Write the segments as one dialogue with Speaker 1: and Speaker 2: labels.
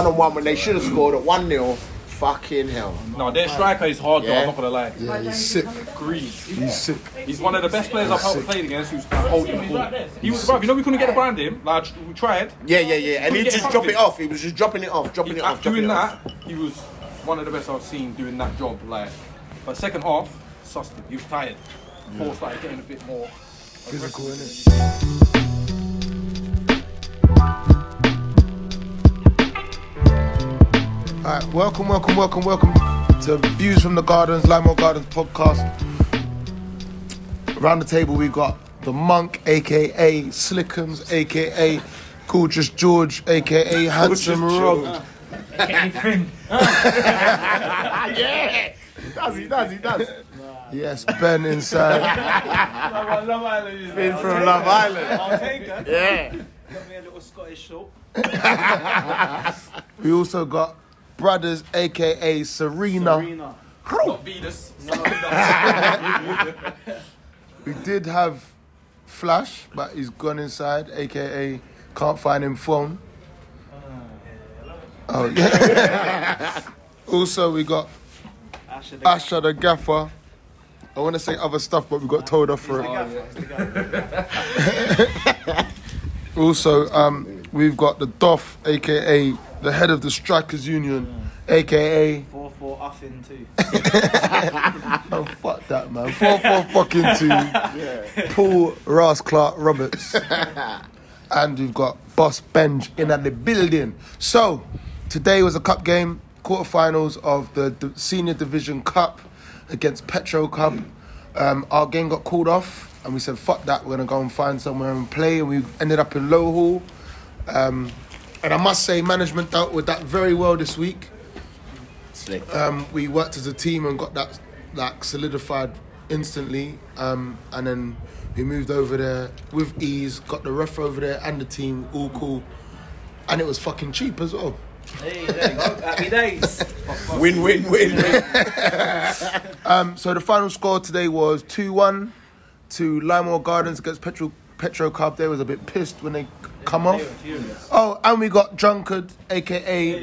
Speaker 1: on one when they should have scored at 1 0. Fucking hell.
Speaker 2: No, their striker is hard, though.
Speaker 1: Yeah.
Speaker 2: I'm not gonna lie.
Speaker 3: Yeah, he's sick.
Speaker 2: Greece.
Speaker 3: He's sick.
Speaker 2: He's one of the best players I've ever played against who's holding the ball. He was, bro, you know, we couldn't get around him. Like, we tried.
Speaker 1: Yeah, yeah, yeah. And
Speaker 2: We
Speaker 1: he
Speaker 2: get
Speaker 1: just drop
Speaker 2: something.
Speaker 1: it off. He was just dropping it off, dropping
Speaker 2: He-
Speaker 1: it
Speaker 2: uh,
Speaker 1: off, dropping
Speaker 2: doing
Speaker 1: it
Speaker 2: that,
Speaker 1: off.
Speaker 2: he was one of the best I've seen doing that job. Like, but second half, sussed him. He was tired. Force started getting a bit more.
Speaker 3: Physical,
Speaker 2: aggressive.
Speaker 3: innit? All right, welcome, welcome, welcome, welcome to Views from the Gardens, Limo Gardens podcast. Around the table, we've got the Monk, aka Slickums, aka Gorgeous George, aka Handsome Rob.
Speaker 1: Yeah! He does, he does, he does.
Speaker 3: Yes, Ben inside.
Speaker 1: Been from Love Island.
Speaker 4: I'll take that.
Speaker 1: Yeah.
Speaker 4: Got me a little Scottish short.
Speaker 3: We also got Brothers, aka Serena.
Speaker 4: Arena.
Speaker 2: Not Venus. Serena.
Speaker 3: We did have Flash, but he's gone inside, aka can't find him phone. Oh yeah. also, we got
Speaker 4: Asher the
Speaker 3: Asha the gaffer. I want to say other stuff, but we got told off for it.
Speaker 4: gaffer. He's the gaffer.
Speaker 3: Also, um, we've got the Doff, aka the head of the Strikers Union, aka
Speaker 4: 4 4 Uffin too.
Speaker 3: oh fuck that man, four four fucking two, Paul Ross Clark Roberts, and we've got Boss Benj in at the building. So today was a cup game, quarterfinals of the, D Senior Division Cup against Petro Cup. Um, our game got called off, and we said fuck that, we're gonna go and find somewhere and play, and we ended up in Low Hall. Um, and I must say, management dealt with that very well this week
Speaker 1: Slick.
Speaker 3: um, we worked as a team and got that like solidified instantly. Um, and then we moved over there with ease, got the ref over there and the team all cool, and it was fucking cheap as well.
Speaker 4: Hey, there you go. Happy days.
Speaker 1: Win, win, win, win.
Speaker 3: Um, so the final score today was two one to Limewall Gardens against Petro Petro Cub. They was a bit pissed when they come
Speaker 4: They were
Speaker 3: off.
Speaker 4: furious.
Speaker 3: Oh, and we got Drunkard, aka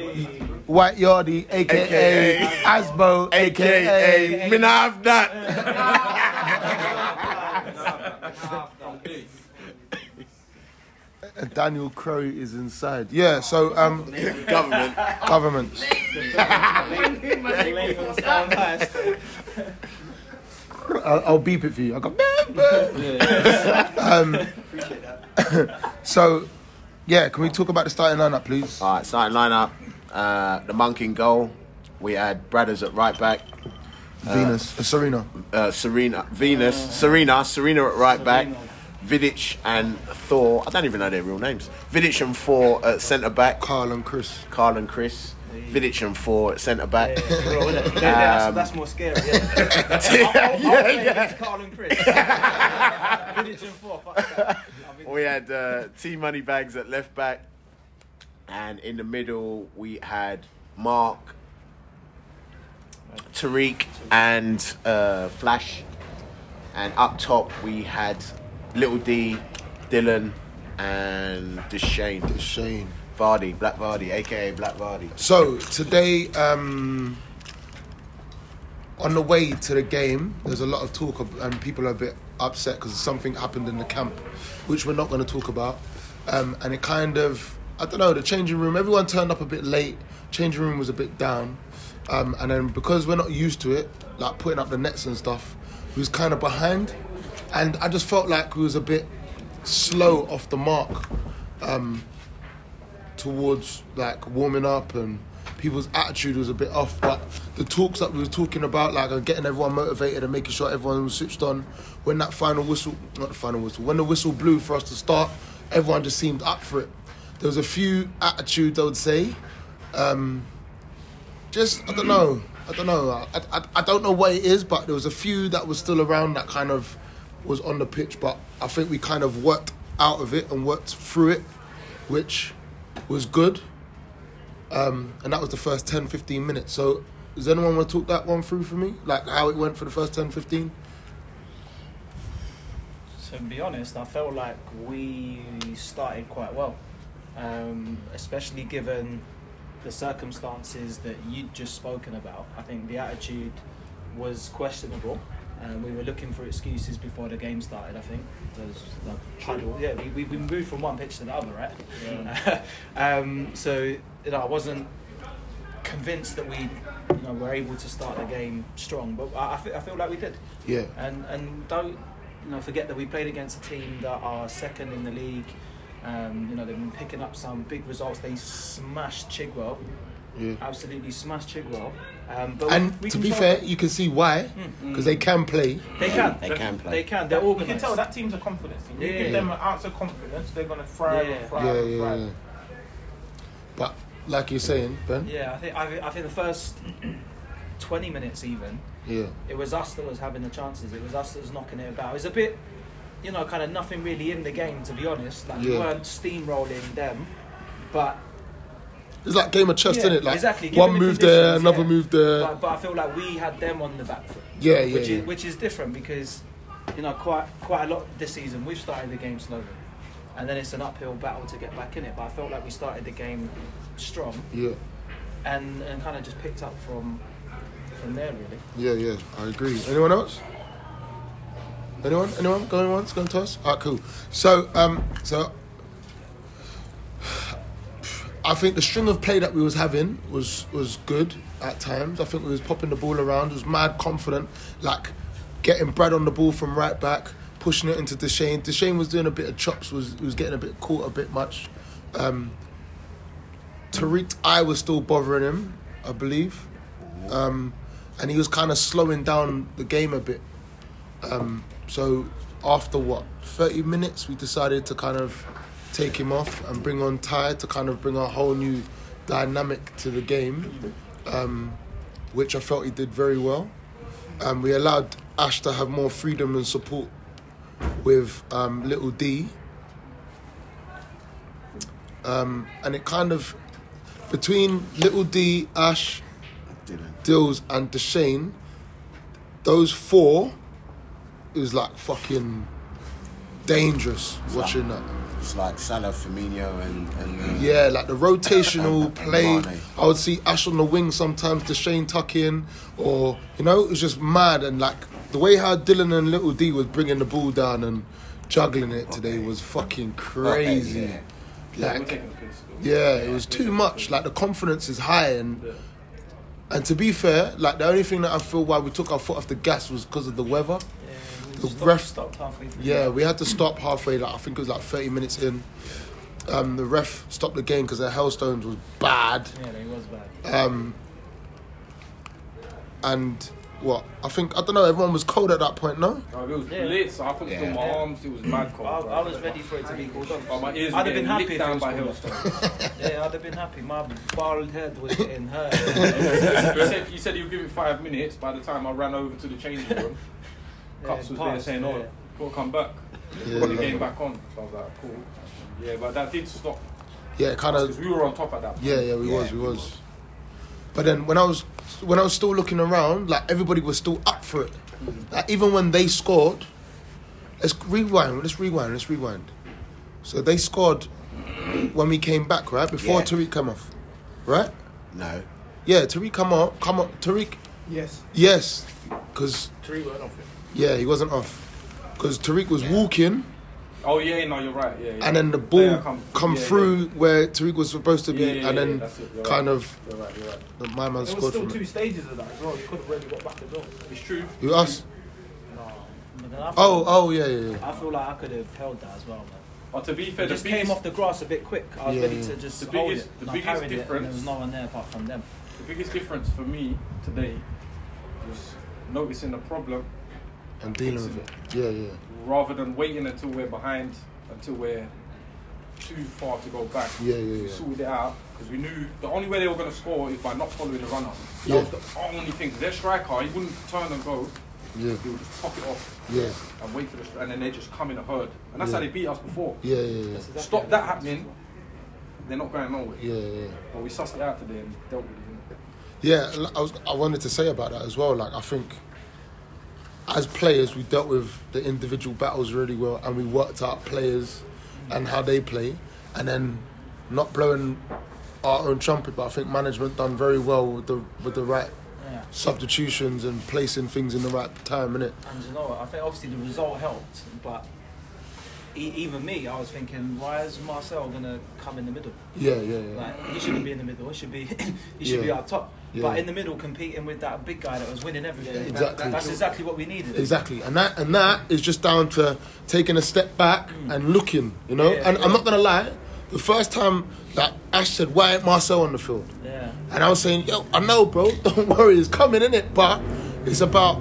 Speaker 3: White Yardie, aka,
Speaker 1: AKA
Speaker 3: Asbo, aka
Speaker 1: AKA, me have that.
Speaker 3: Daniel Crowe is inside. Yeah, so um,
Speaker 1: Government.
Speaker 3: governments.
Speaker 4: Lay them down nice.
Speaker 3: I'll, I'll beep it for you. I go. "Beep, beep." um, so, yeah, can we talk about the starting lineup, please?
Speaker 1: All right, starting lineup. Uh, the monk in goal. We had Bradders at right back.
Speaker 3: Venus, uh, Serena.
Speaker 1: Uh, Serena, Venus, Serena, Serena at right back.
Speaker 4: Serena.
Speaker 1: Vidic and Thor. I don't even know their real names. Vidic and Thor at centre back.
Speaker 3: Carl and Chris.
Speaker 1: Carl and Chris. Vidic and Thor at centre back.
Speaker 4: Yeah, bro, innit? Yeah, that's, that's more scary. Yeah, yeah, yeah. Carl and Chris. Village and four. Fuck that. I mean,
Speaker 1: We had uh, T Money Bags at left back, and in the middle we had Mark, Tariq, and uh, Flash, and up top we had Little D, Dylan, and Deshane
Speaker 3: Shane.
Speaker 1: Vardy, Black Vardy, aka Black Vardy.
Speaker 3: So today, um, on the way to the game, there's a lot of talk, of, and people are a bit upset because something happened in the camp, which we're not going to talk about. Um, and it kind of, I don't know, the changing room. Everyone turned up a bit late. Changing room was a bit down, um, and then because we're not used to it, like putting up the nets and stuff, we was kind of behind, and I just felt like we was a bit slow off the mark towards like warming up and people's attitude was a bit off but the talks that we were talking about like and getting everyone motivated and making sure everyone was switched on when that final whistle not the final whistle when the whistle blew for us to start everyone just seemed up for it there was a few attitudes i would say um, just I don't know. I don't know. I, I, I don't know what it is, but there was a few that was still around that kind of was on the pitch, but I think we kind of worked out of it and worked through it, which was good. Um, and that was the first 10, 15 minutes. So does anyone want to talk that one through for me? Like how it went for the first 10, 15?
Speaker 4: To be honest, I felt like we started quite well, um, especially given
Speaker 5: the circumstances that you'd just spoken about. I think the attitude was questionable. And we were looking for excuses before the game started, I think. There was the huddle. Yeah, we, we, we moved from one pitch to the other, right? um, so you know, I wasn't convinced that we you know, were able to start the game strong, but I, I, feel, I feel like we did.
Speaker 3: Yeah.
Speaker 5: And, and don't you know, forget that we played against a team that are second in the league. Um, you know, they've been picking up some big results. They smashed Chigwell.
Speaker 3: Yeah.
Speaker 5: Absolutely smashed Chigwell. Um, but
Speaker 3: And
Speaker 5: we Mm,
Speaker 3: to be
Speaker 5: control-
Speaker 3: fair, you can see why, because they can play.
Speaker 5: they can.
Speaker 1: They can play.
Speaker 5: They can. They're
Speaker 6: You
Speaker 5: organised.
Speaker 6: can tell that team's a confidence. You
Speaker 5: Yeah.
Speaker 6: give them an ounce of confidence, they're gonna thrive
Speaker 5: Yeah.
Speaker 6: and thrive
Speaker 3: Yeah,
Speaker 6: and
Speaker 3: yeah,
Speaker 6: thrive.
Speaker 3: yeah. But like you're saying, Ben.
Speaker 5: Yeah, I think I, think- I think the first twenty minutes even
Speaker 3: Yeah.
Speaker 5: it was us that was having the chances. It was us that was knocking it about. It was a bit, you know, kind of nothing really in the game to be honest. Like we
Speaker 3: Yeah.
Speaker 5: weren't steamrolling them, but
Speaker 3: It's like game of chess,
Speaker 5: Yeah,
Speaker 3: isn't it? Like
Speaker 5: exactly. Give
Speaker 3: one
Speaker 5: them the
Speaker 3: move there,
Speaker 5: conditions,
Speaker 3: another
Speaker 5: yeah.
Speaker 3: move there.
Speaker 5: but, but I feel like we had them on the back foot.
Speaker 3: yeah, Uh, yeah.
Speaker 5: which
Speaker 3: yeah.
Speaker 5: is which is different because you know quite quite a lot this season we've started the game slowly, and then it's an uphill battle to get back in it. But I felt like we started the game strong
Speaker 3: yeah.
Speaker 5: and and kind of just picked up from from there really.
Speaker 3: Yeah, yeah, I agree. Anyone else? Anyone? Anyone? Going once? Going twice? All right, cool. So, um, so I think the string of play that we was having was was good at times. I think we was popping the ball around. Was mad confident, like getting Brad on the ball from right back, pushing it into Deshane. Deshane was doing a bit of chops. Was was getting a bit caught a bit much. Um, Tariq, I was still bothering him, I believe um, and he was kind of slowing down the game a bit. Um, so after what thirty minutes, we decided to kind of take him off and bring on Ty to kind of bring a whole new dynamic to the game, um, which I felt he did very well. Um, we allowed Ash to have more freedom and support with um, Little D. Um, and it kind of between Little D, Ash,
Speaker 1: Dylan.
Speaker 3: Dills and Deshane, those four is like fucking dangerous watching that.
Speaker 1: It's like Salah, Firmino, and, and uh,
Speaker 3: Yeah, like the rotational
Speaker 1: And
Speaker 3: play.
Speaker 1: Mane.
Speaker 3: I would see Ash on the wing sometimes, Deshane tuck in, or you know, it was just mad and like the way how Dylan and Little D was bringing the ball down and juggling it today was fucking crazy.
Speaker 1: yeah.
Speaker 3: Like,
Speaker 2: taking the piss.
Speaker 3: yeah, it was too much. Like the confidence is high, and and to be fair, like the only thing that I feel why we took our foot off the gas was because of the weather.
Speaker 5: Yeah, we
Speaker 3: The
Speaker 5: stopped,
Speaker 3: ref-
Speaker 5: stopped halfway through.
Speaker 3: Yeah, we had to stop halfway. Like I think it was like thirty minutes in. Um, the ref stopped the game because the hailstones was bad.
Speaker 5: yeah, it was bad.
Speaker 3: Um, and what I think I don't know. Everyone was cold at that point, no?
Speaker 2: Oh, it was
Speaker 5: Yeah.
Speaker 2: lit, so I couldn't feel my
Speaker 5: Yeah.
Speaker 2: arms. It was mad
Speaker 5: I,
Speaker 2: cold.
Speaker 5: I
Speaker 2: bro.
Speaker 5: was ready for it to be called off.
Speaker 2: Oh, my ears were
Speaker 5: I'd have been
Speaker 2: getting
Speaker 5: happy
Speaker 2: licked
Speaker 5: if it
Speaker 2: down
Speaker 5: was
Speaker 2: by
Speaker 5: called
Speaker 2: hailstones.
Speaker 5: off. Yeah, I'd have been happy. My bald head was getting hurt.
Speaker 2: you said you said you'd give it five minutes. By the time I ran over to the changing room, Cups was there
Speaker 5: passed,
Speaker 2: saying, "Oh,
Speaker 5: yeah.
Speaker 2: gotta come back."
Speaker 3: Yeah.
Speaker 2: Put the game back on. So I was like, "Cool." Yeah, but that did stop
Speaker 3: Yeah, kind of.
Speaker 2: because we were on top at that. point.
Speaker 3: Uh, Yeah, yeah, we
Speaker 1: Yeah,
Speaker 3: was, we
Speaker 1: we
Speaker 3: was.
Speaker 1: was.
Speaker 3: But then when I was when I was still looking around, like everybody was still up for it.
Speaker 2: Mm.
Speaker 3: Like even when they scored, let's rewind, let's rewind, let's rewind. So they scored when we came back, right? Before
Speaker 1: Yeah.
Speaker 3: Tariq come off. Right?
Speaker 1: no.
Speaker 3: Yeah, Tariq come off come on Tariq
Speaker 6: Yes.
Speaker 3: yes. Cause
Speaker 6: Three weren't off it.
Speaker 3: yeah, he wasn't off. Cause Tariq was walking
Speaker 2: Oh yeah, no, you're right. Yeah. yeah.
Speaker 3: and then the ball
Speaker 2: Player
Speaker 3: come,
Speaker 2: yeah, yeah.
Speaker 3: through where Tariq was supposed to be
Speaker 2: Yeah, yeah,
Speaker 3: and
Speaker 2: yeah,
Speaker 3: then
Speaker 2: that's it, you're
Speaker 3: kind
Speaker 2: right.
Speaker 3: of
Speaker 2: You're right. You're right.
Speaker 3: the- my man
Speaker 6: There was
Speaker 3: scored
Speaker 6: still
Speaker 3: from
Speaker 6: two
Speaker 3: it.
Speaker 6: stages of that as well. You could have really got back the door.
Speaker 2: It's true.
Speaker 3: Who us?
Speaker 5: But then I feel-
Speaker 3: Oh, oh yeah, yeah, yeah.
Speaker 5: I feel like I could have held that as well, man.
Speaker 2: But to be fair,
Speaker 5: It
Speaker 2: the
Speaker 5: just came
Speaker 2: biggest,
Speaker 5: off the grass a bit quick. I was
Speaker 3: Yeah,
Speaker 5: ready
Speaker 3: yeah.
Speaker 5: to just
Speaker 2: The
Speaker 5: hold
Speaker 2: biggest-
Speaker 5: it.
Speaker 2: the
Speaker 5: and I
Speaker 2: biggest
Speaker 5: carried it, and
Speaker 2: difference-
Speaker 5: there was no one there apart from them.
Speaker 2: the biggest difference for me today was noticing the problem
Speaker 3: and dealing with it. Yeah, yeah,
Speaker 2: rather than waiting until we're behind, until we're too far to go back.
Speaker 3: Yeah, yeah,
Speaker 2: We
Speaker 3: yeah.
Speaker 2: sorted it out because we knew the only way they were going to score is by not following the runner. That
Speaker 3: Yeah.
Speaker 2: was the only thing. 'Cause Their striker, he wouldn't turn and go.
Speaker 3: yeah,
Speaker 2: He would just pop it off
Speaker 3: yeah,
Speaker 2: and wait for the, str- and then they just come in a herd. And that's how
Speaker 3: Yeah.
Speaker 2: they beat us before.
Speaker 3: yeah, yeah,
Speaker 2: Stop that happening. They're not going nowhere.
Speaker 3: yeah, yeah.
Speaker 2: But we sussed it out today and dealt with it.
Speaker 3: Yeah, and I was. I wanted to say about that as well. Like, I think as players, we dealt with the individual battles really well, and we worked out players and how they play, and then not blowing our own trumpet, but I think management done very well with the with the right
Speaker 5: Yeah.
Speaker 3: substitutions and placing things in the right time, innit?
Speaker 5: And you know, what, I think obviously the result helped, but e- even me, I was thinking, why is Marcel gonna come in the middle?
Speaker 3: Yeah, yeah, yeah.
Speaker 5: Like he shouldn't be in the middle. He should be. he should be
Speaker 3: Yeah.
Speaker 5: up top.
Speaker 3: Yeah.
Speaker 5: But in the middle, competing with that big guy that was winning everything. That-
Speaker 3: exactly.
Speaker 5: that's exactly what we needed.
Speaker 3: Exactly, and that and that is just down to taking a step back and looking, you know.
Speaker 5: Mm. Yeah,
Speaker 3: and I'm
Speaker 5: yeah.
Speaker 3: not gonna lie, the first time that Ash said, "Why ain't Marcel on the field?"
Speaker 5: Yeah.
Speaker 3: and I was saying, "Yo, I know, bro. Don't worry, it's coming, innit? But it's about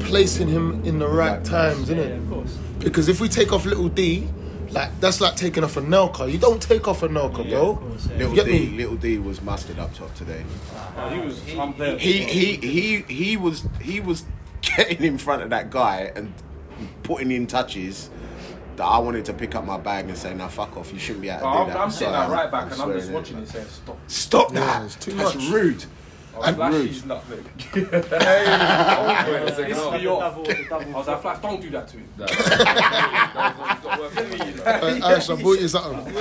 Speaker 3: placing him in the right times,
Speaker 5: Yeah,
Speaker 3: innit?
Speaker 5: of course.
Speaker 3: Because if we take off little D, like that's like taking off a Nelka. You don't take off a Nelka,
Speaker 5: Of
Speaker 3: bro.
Speaker 5: course, yeah.
Speaker 3: You
Speaker 1: Little
Speaker 3: get
Speaker 1: D,
Speaker 3: me?
Speaker 1: little D was mustard up top today.
Speaker 2: he was. I'm there.
Speaker 1: He he he he was he was getting in front of that guy and putting in touches that I wanted to pick up my bag and say, "Now fuck off, you shouldn't be out."
Speaker 2: But
Speaker 1: to do
Speaker 2: I'm,
Speaker 1: that."
Speaker 2: I'm sitting
Speaker 1: So,
Speaker 2: at right back and I'm just
Speaker 1: swearing
Speaker 2: watching
Speaker 1: it.
Speaker 2: it saying stop.
Speaker 1: Stop
Speaker 3: Yeah,
Speaker 1: that!
Speaker 3: it's too
Speaker 1: That's
Speaker 3: much.
Speaker 1: rude.
Speaker 2: I was like,
Speaker 1: rude.
Speaker 2: she's nothing. hey, I was like,
Speaker 5: Yeah, it's
Speaker 2: "Piss me
Speaker 5: the
Speaker 2: off."
Speaker 5: double- the double-
Speaker 2: I was like, Flash, don't do that to him.
Speaker 3: Uh, Ash, I bought you something.
Speaker 2: No,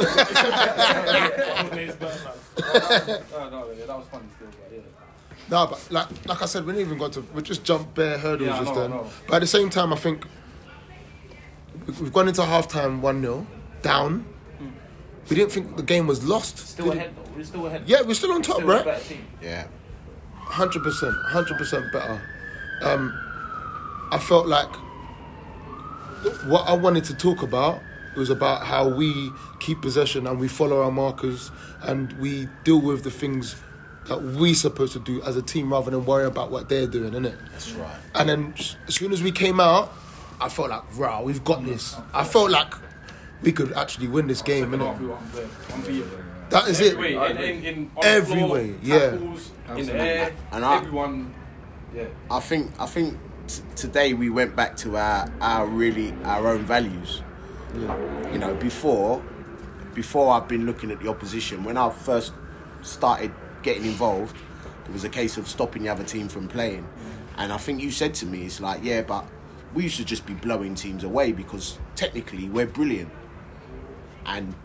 Speaker 2: no, yeah, that was funny still, but yeah.
Speaker 3: No, but like like I said, we didn't even got to. We just jumped bare hurdles
Speaker 2: Yeah, I
Speaker 3: just
Speaker 2: know, I
Speaker 3: then.
Speaker 2: know.
Speaker 3: But at the same time, I think we- we've gone into halftime one 0 down. We didn't think the game was lost.
Speaker 6: Hmm. Still
Speaker 3: did it?
Speaker 6: ahead though. We're still ahead.
Speaker 3: Yeah, we're still on top,
Speaker 6: Still a
Speaker 3: right?
Speaker 6: better team.
Speaker 1: Yeah.
Speaker 3: Hundred percent, hundred percent better. Um, I felt like what I wanted to talk about was about how we keep possession and we follow our markers and we deal with the things that we're supposed to do as a team rather than worry about what they're doing, innit? That's
Speaker 1: right.
Speaker 3: And then s- as soon as we came out, I felt like, wow, we've got this. I felt like we could actually win this game,
Speaker 2: Second half, we
Speaker 3: innit?
Speaker 2: were unbeatable. Unbeatable.
Speaker 3: That is it.
Speaker 2: Every way, in, in, in, on
Speaker 3: Every
Speaker 2: the floor,
Speaker 3: way, yeah.
Speaker 2: Tackles, in the air,
Speaker 1: And I-
Speaker 2: everyone. Yeah.
Speaker 1: I think I think t- today we went back to our, our really our own values. You know, before before I've been looking at the opposition. When I first started getting involved, it was a case of stopping the other team from playing. And I think you said to me, it's like, yeah, but we used to just be blowing teams away because technically we're brilliant, and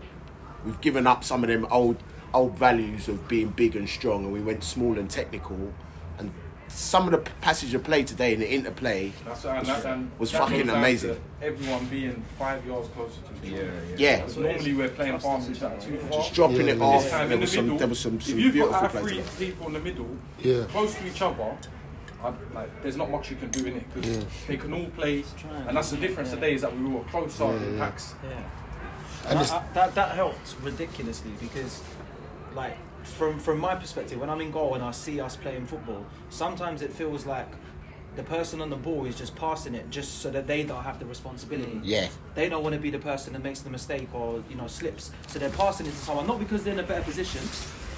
Speaker 1: we've given up some of them old old values of being big and strong, and we went small and technical. And some of the p- passage of play today and the interplay,
Speaker 2: That's, and that's, and
Speaker 1: was
Speaker 2: that
Speaker 1: fucking
Speaker 2: goes down
Speaker 1: amazing.
Speaker 2: to Everyone being five yards closer to the yeah,
Speaker 1: yeah,
Speaker 2: Normally we're playing passes that are too far.
Speaker 1: just dropping
Speaker 3: Yeah,
Speaker 1: it
Speaker 3: yeah.
Speaker 1: off.
Speaker 2: This time
Speaker 1: There
Speaker 2: in the
Speaker 1: was some,
Speaker 2: middle,
Speaker 1: there was some, some
Speaker 2: if you've got
Speaker 1: beautiful
Speaker 2: our
Speaker 1: plays.
Speaker 2: three
Speaker 1: today.
Speaker 2: people in the middle,
Speaker 3: Yeah.
Speaker 2: close to each other, I, like there's not much you can do in it because they can all play, and that's the difference today is that we were closer in packs.
Speaker 5: Yeah.
Speaker 3: And it's,
Speaker 5: that, that that helped ridiculously because, like, from from my perspective, when I'm in goal and I see us playing football, sometimes it feels like the person on the ball is just passing it just so that they don't have the responsibility.
Speaker 6: Mm.
Speaker 1: Yeah.
Speaker 5: They don't want to be the person that makes the mistake or you know slips, so they're passing it to someone not because they're in a better position,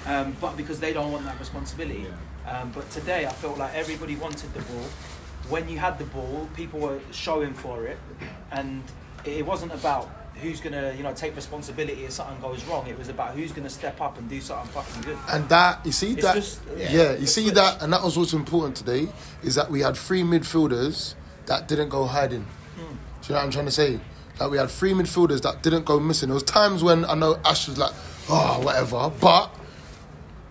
Speaker 5: um, but because they don't want that responsibility. Um, but today, I felt like everybody wanted the ball. When you had the ball, people were showing for it, and it it wasn't about who's gonna you know take responsibility if something goes wrong. It was about who's gonna step up and do something fucking good.
Speaker 3: And that you see
Speaker 5: It's
Speaker 3: that
Speaker 5: just-
Speaker 3: yeah,
Speaker 5: yeah,
Speaker 3: you
Speaker 5: it's
Speaker 3: see
Speaker 5: switch.
Speaker 3: that and that was what's important today is that we had three midfielders that didn't go hiding.
Speaker 5: Hmm.
Speaker 3: Do you know what I'm trying to say? Like we had three midfielders that didn't go missing. There was times when I know Ash was like, oh whatever, but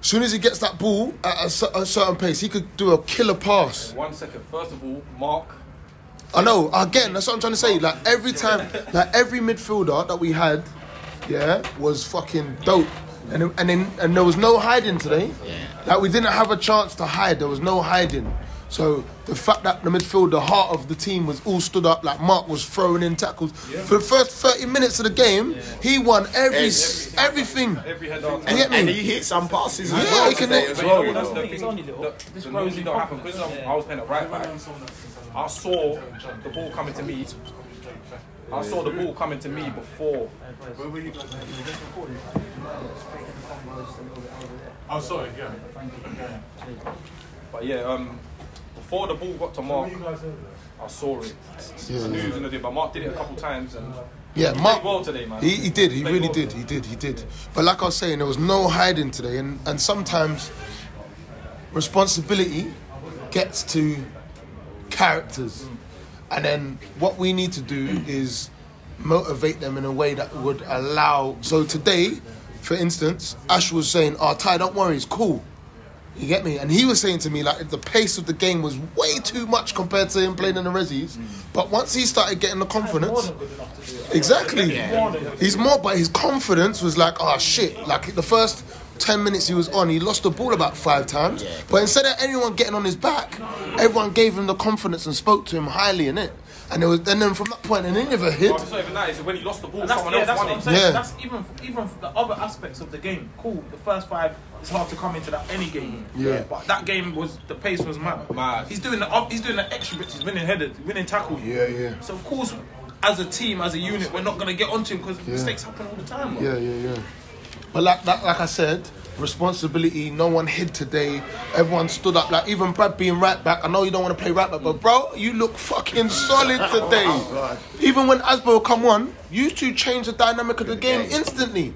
Speaker 3: as soon as he gets that ball at a, cer- a certain pace, he could do a killer pass.
Speaker 2: One second. First of all, Mark.
Speaker 3: I know. Again, that's what I'm trying to say. Like every time, like every midfielder that we had, yeah, was fucking dope. And and then, and there was no hiding today. Like we didn't have a chance to hide. There was no hiding. So the fact that the midfield, the heart of the team, was all stood up. Like Mark was throwing in tackles for the first 30 minutes of the game. He won every s- everything.
Speaker 2: Every head out.
Speaker 3: You get me?
Speaker 1: And he hit some passes as
Speaker 3: Yeah,
Speaker 1: well
Speaker 3: he can-
Speaker 1: today as
Speaker 2: But
Speaker 1: well.
Speaker 2: you
Speaker 1: You
Speaker 2: know,
Speaker 1: know.
Speaker 2: that's the
Speaker 5: It's
Speaker 2: thing.
Speaker 5: only little.
Speaker 2: that- That normally don't happen because I was playing at right back. I saw the ball coming to me. I saw the ball coming to me before.
Speaker 7: Oh, sorry, yeah.
Speaker 2: But yeah, um, before the ball got to Mark, I saw it. I knew he was gonna do it, but Mark did it a couple times and
Speaker 3: Yeah,
Speaker 2: he
Speaker 3: Mark.
Speaker 2: played well today, man.
Speaker 3: He, he did. He
Speaker 2: Played
Speaker 3: really
Speaker 2: well
Speaker 3: did. He did. He did. But like I was saying, there was no hiding today, and, and sometimes responsibility gets to characters, and then what we need to do is motivate them in a way that would allow. So today, for instance, Ash was saying, "Oh, Ty, don't worry, it's cool." You get me? And he was saying to me like the pace of the game was way too much compared to him playing in the resis. But once he started getting the
Speaker 6: More
Speaker 3: confidence,
Speaker 6: than good enough to do that.
Speaker 3: exactly,
Speaker 6: More than good.
Speaker 3: he's more. But his confidence was like, "Oh shit!" Like the first. 10 minutes he was on, he lost the ball about five times. But instead of anyone getting on his back, everyone gave him the confidence and spoke to him highly in it. And it was, and then from that point, and he never hid.
Speaker 2: Well, it's not even that. It's when he lost the ball,
Speaker 6: And that's,
Speaker 2: someone
Speaker 6: yeah,
Speaker 2: else
Speaker 6: that's
Speaker 2: won
Speaker 6: what I'm
Speaker 2: it.
Speaker 6: saying.
Speaker 3: Yeah.
Speaker 6: That's even even the other aspects of the game. Cool. The first five it's hard to come into that any game.
Speaker 3: Yeah.
Speaker 6: But that game was the pace was mad.
Speaker 2: Mad.
Speaker 6: He's doing the up- he's doing the extra bits. He's winning headers. he's Winning tackles.
Speaker 3: Yeah, yeah.
Speaker 6: So of course, as a team, as a unit, we're not gonna get onto him because mistakes happen all the time. bro.
Speaker 3: Yeah, yeah, yeah. But like that, like I said, responsibility. No one hid today. Everyone stood up. Like even Brad being right back. I know you don't want to play right back, but bro, you look fucking solid today. even when Asbo come on, you two changed the dynamic of the game instantly.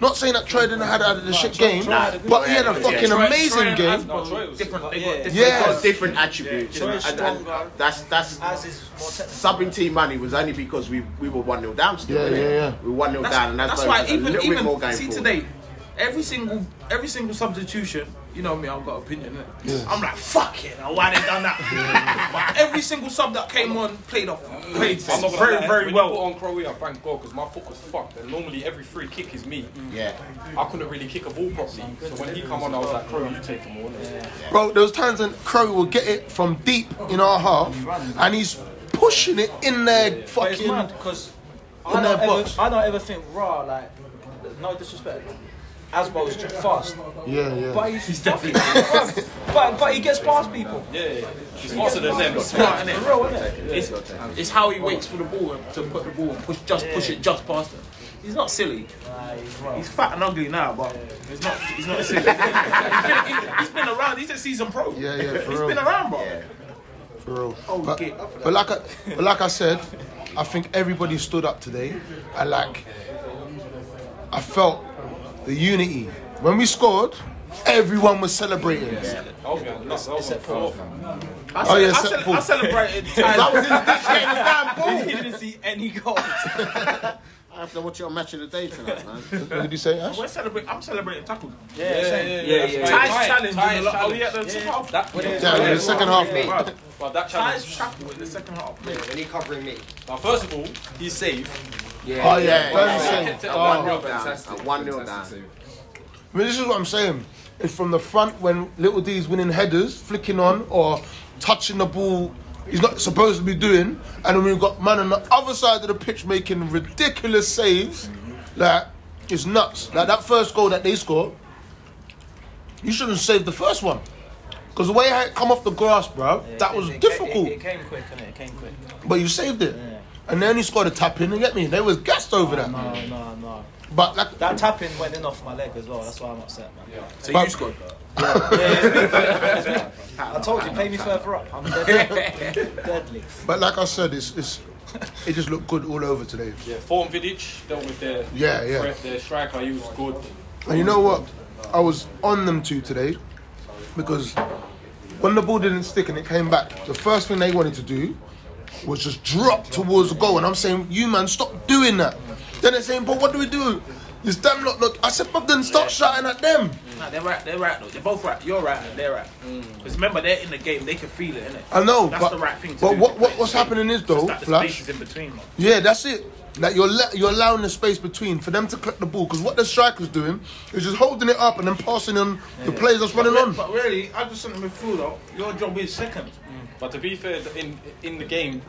Speaker 3: Not saying that Troy didn't had a the shit game, but he had a
Speaker 1: Troy-
Speaker 3: fucking
Speaker 1: Troy-
Speaker 3: amazing
Speaker 6: Troy and
Speaker 3: game.
Speaker 6: Asbo,
Speaker 2: No, Troy was-
Speaker 6: different. They
Speaker 5: Yeah.
Speaker 6: got different.
Speaker 1: They've
Speaker 3: Yeah,
Speaker 1: got different attributes,
Speaker 5: Yeah,
Speaker 1: and,
Speaker 5: Troy's
Speaker 1: and, and
Speaker 5: stronger.
Speaker 1: that's that's
Speaker 5: As is more technical.
Speaker 1: subbing team money was only because we we were one 0 down still.
Speaker 3: Yeah,
Speaker 1: innit?
Speaker 3: yeah, yeah.
Speaker 1: We were one 0
Speaker 6: That's,
Speaker 1: down, and that's,
Speaker 6: that's
Speaker 1: why
Speaker 6: why
Speaker 1: it was a
Speaker 6: even
Speaker 1: little bit more
Speaker 6: even
Speaker 1: going
Speaker 6: see
Speaker 1: forward.
Speaker 6: today, every single every single substitution. You know me, I've got opinion. Innit? I'm like fuck it. now, Why they done that? but every single sub that came on played off played
Speaker 2: I'm not gonna
Speaker 6: very
Speaker 2: lie,
Speaker 6: very
Speaker 2: when
Speaker 6: well.
Speaker 2: You put on Croatia, thank God, because my foot was fucked. And normally every free kick is me.
Speaker 1: Yeah,
Speaker 2: I couldn't really kick a ball properly. So when he come on, I was like, Crow, you take him all.
Speaker 3: Bro, there was times when Crow would get it from deep in our half, and he's pushing it in their
Speaker 5: But it's
Speaker 3: fucking.
Speaker 5: mad because
Speaker 3: in
Speaker 5: I
Speaker 3: their
Speaker 5: don't, ever,
Speaker 3: box.
Speaker 5: I don't ever think raw like no disrespect. Asbo's just fast,
Speaker 3: Yeah, yeah.
Speaker 5: but he's, fucking fast. but but he gets past people.
Speaker 2: Yeah, yeah. He's faster than them.
Speaker 6: Smart, innit?
Speaker 5: For real, isn't it?
Speaker 6: It's, it's how he waits for the ball and- to put the ball and push, just push it just past him. He's not silly. He's fat and ugly now, but he's not. He's not silly. he's, been, he's- he's been around. He's a season pro.
Speaker 3: Yeah, yeah, for
Speaker 6: He's
Speaker 3: real.
Speaker 6: been around, bro.
Speaker 3: For real. But,
Speaker 6: Oh, Okay.
Speaker 3: but like I, but like I said, I think everybody stood up today. I like, I felt the unity when we scored. Everyone was celebrating.
Speaker 2: I was going nuts. I was on four.
Speaker 6: I,
Speaker 3: Oh, yeah,
Speaker 6: cele- I,
Speaker 3: set
Speaker 6: cele-
Speaker 3: ball.
Speaker 6: I celebrated. Ty's-
Speaker 5: He didn't see any goals.
Speaker 1: I have to watch your match of the day tonight, man.
Speaker 3: What did you say, Ash?
Speaker 6: We're celebrating. I'm celebrating tackles.
Speaker 5: Yeah, same.
Speaker 2: yeah.
Speaker 5: yeah,
Speaker 2: that's
Speaker 5: yeah.
Speaker 2: right.
Speaker 6: Ty's challenge.
Speaker 2: Ty's
Speaker 6: in the, oh,
Speaker 2: challenge.
Speaker 6: yeah, the second half.
Speaker 2: That,
Speaker 3: Yeah, yeah, the second half.
Speaker 6: Wow.
Speaker 2: but that
Speaker 6: Ty's
Speaker 2: challenge.
Speaker 6: tackle in the second half.
Speaker 4: And he covering me.
Speaker 2: Now, first of all, he's safe.
Speaker 3: Oh yeah,
Speaker 1: Yeah,
Speaker 3: that's
Speaker 1: yeah.
Speaker 3: insane.
Speaker 2: Kept it at
Speaker 1: Oh,
Speaker 2: one nil.
Speaker 1: down.
Speaker 2: Fantastic.
Speaker 1: At one nil
Speaker 2: Fantastic
Speaker 1: down.
Speaker 2: save.
Speaker 3: I mean, this is what I'm saying. It's from the front when Little D's winning headers, flicking on or touching the ball he's not supposed to be doing, and then we've got man on the other side of the pitch making ridiculous saves. Like it's nuts. Like that first goal that they scored, you should have saved the first one. Because the way how it come off the grass, bro, that was
Speaker 5: It- it-
Speaker 3: difficult.
Speaker 5: It, it came quick, and it came quick.
Speaker 2: Mm.
Speaker 3: but you saved it. And they only scored a tap in and get me. They was gassed over that.
Speaker 5: No, no, no.
Speaker 3: But like
Speaker 5: That tapping went in off my leg as well. That's why I'm upset, man.
Speaker 6: So
Speaker 3: But-
Speaker 6: you scored.
Speaker 5: I told you, pay me further up. I'm deadly. deadly.
Speaker 3: but like I said, it's it's it just looked good all over today.
Speaker 2: Yeah, Form Vidic dealt with their,
Speaker 3: Yeah, yeah.
Speaker 2: threat, their striker. He was good.
Speaker 3: And you know what? I was on them two today because when the ball didn't stick and it came back, the first thing they wanted to do was just drop towards the goal. And I'm saying, you man, stop doing that. Then they're saying, but what do we do? It's damn lot. Look, I said, but then start shouting at them.
Speaker 6: Nah, they're right. They're right. Though. They're both right. You're right. And they're right. Because remember, they're in the game. They can feel it, innit?
Speaker 3: I know,
Speaker 6: That's
Speaker 3: but,
Speaker 6: the right thing to
Speaker 3: but
Speaker 6: do.
Speaker 3: what, what what's happening is though,
Speaker 6: Just that the
Speaker 3: Flash.
Speaker 6: spaces in between. Man.
Speaker 3: Yeah, that's it. Like you're le- you're allowing the space between for them to collect the ball because what the striker's doing is just holding it up and then passing on the players that's running on.
Speaker 6: But really, I just sent them a through though. Your job is second.
Speaker 2: But to be fair, in in the game,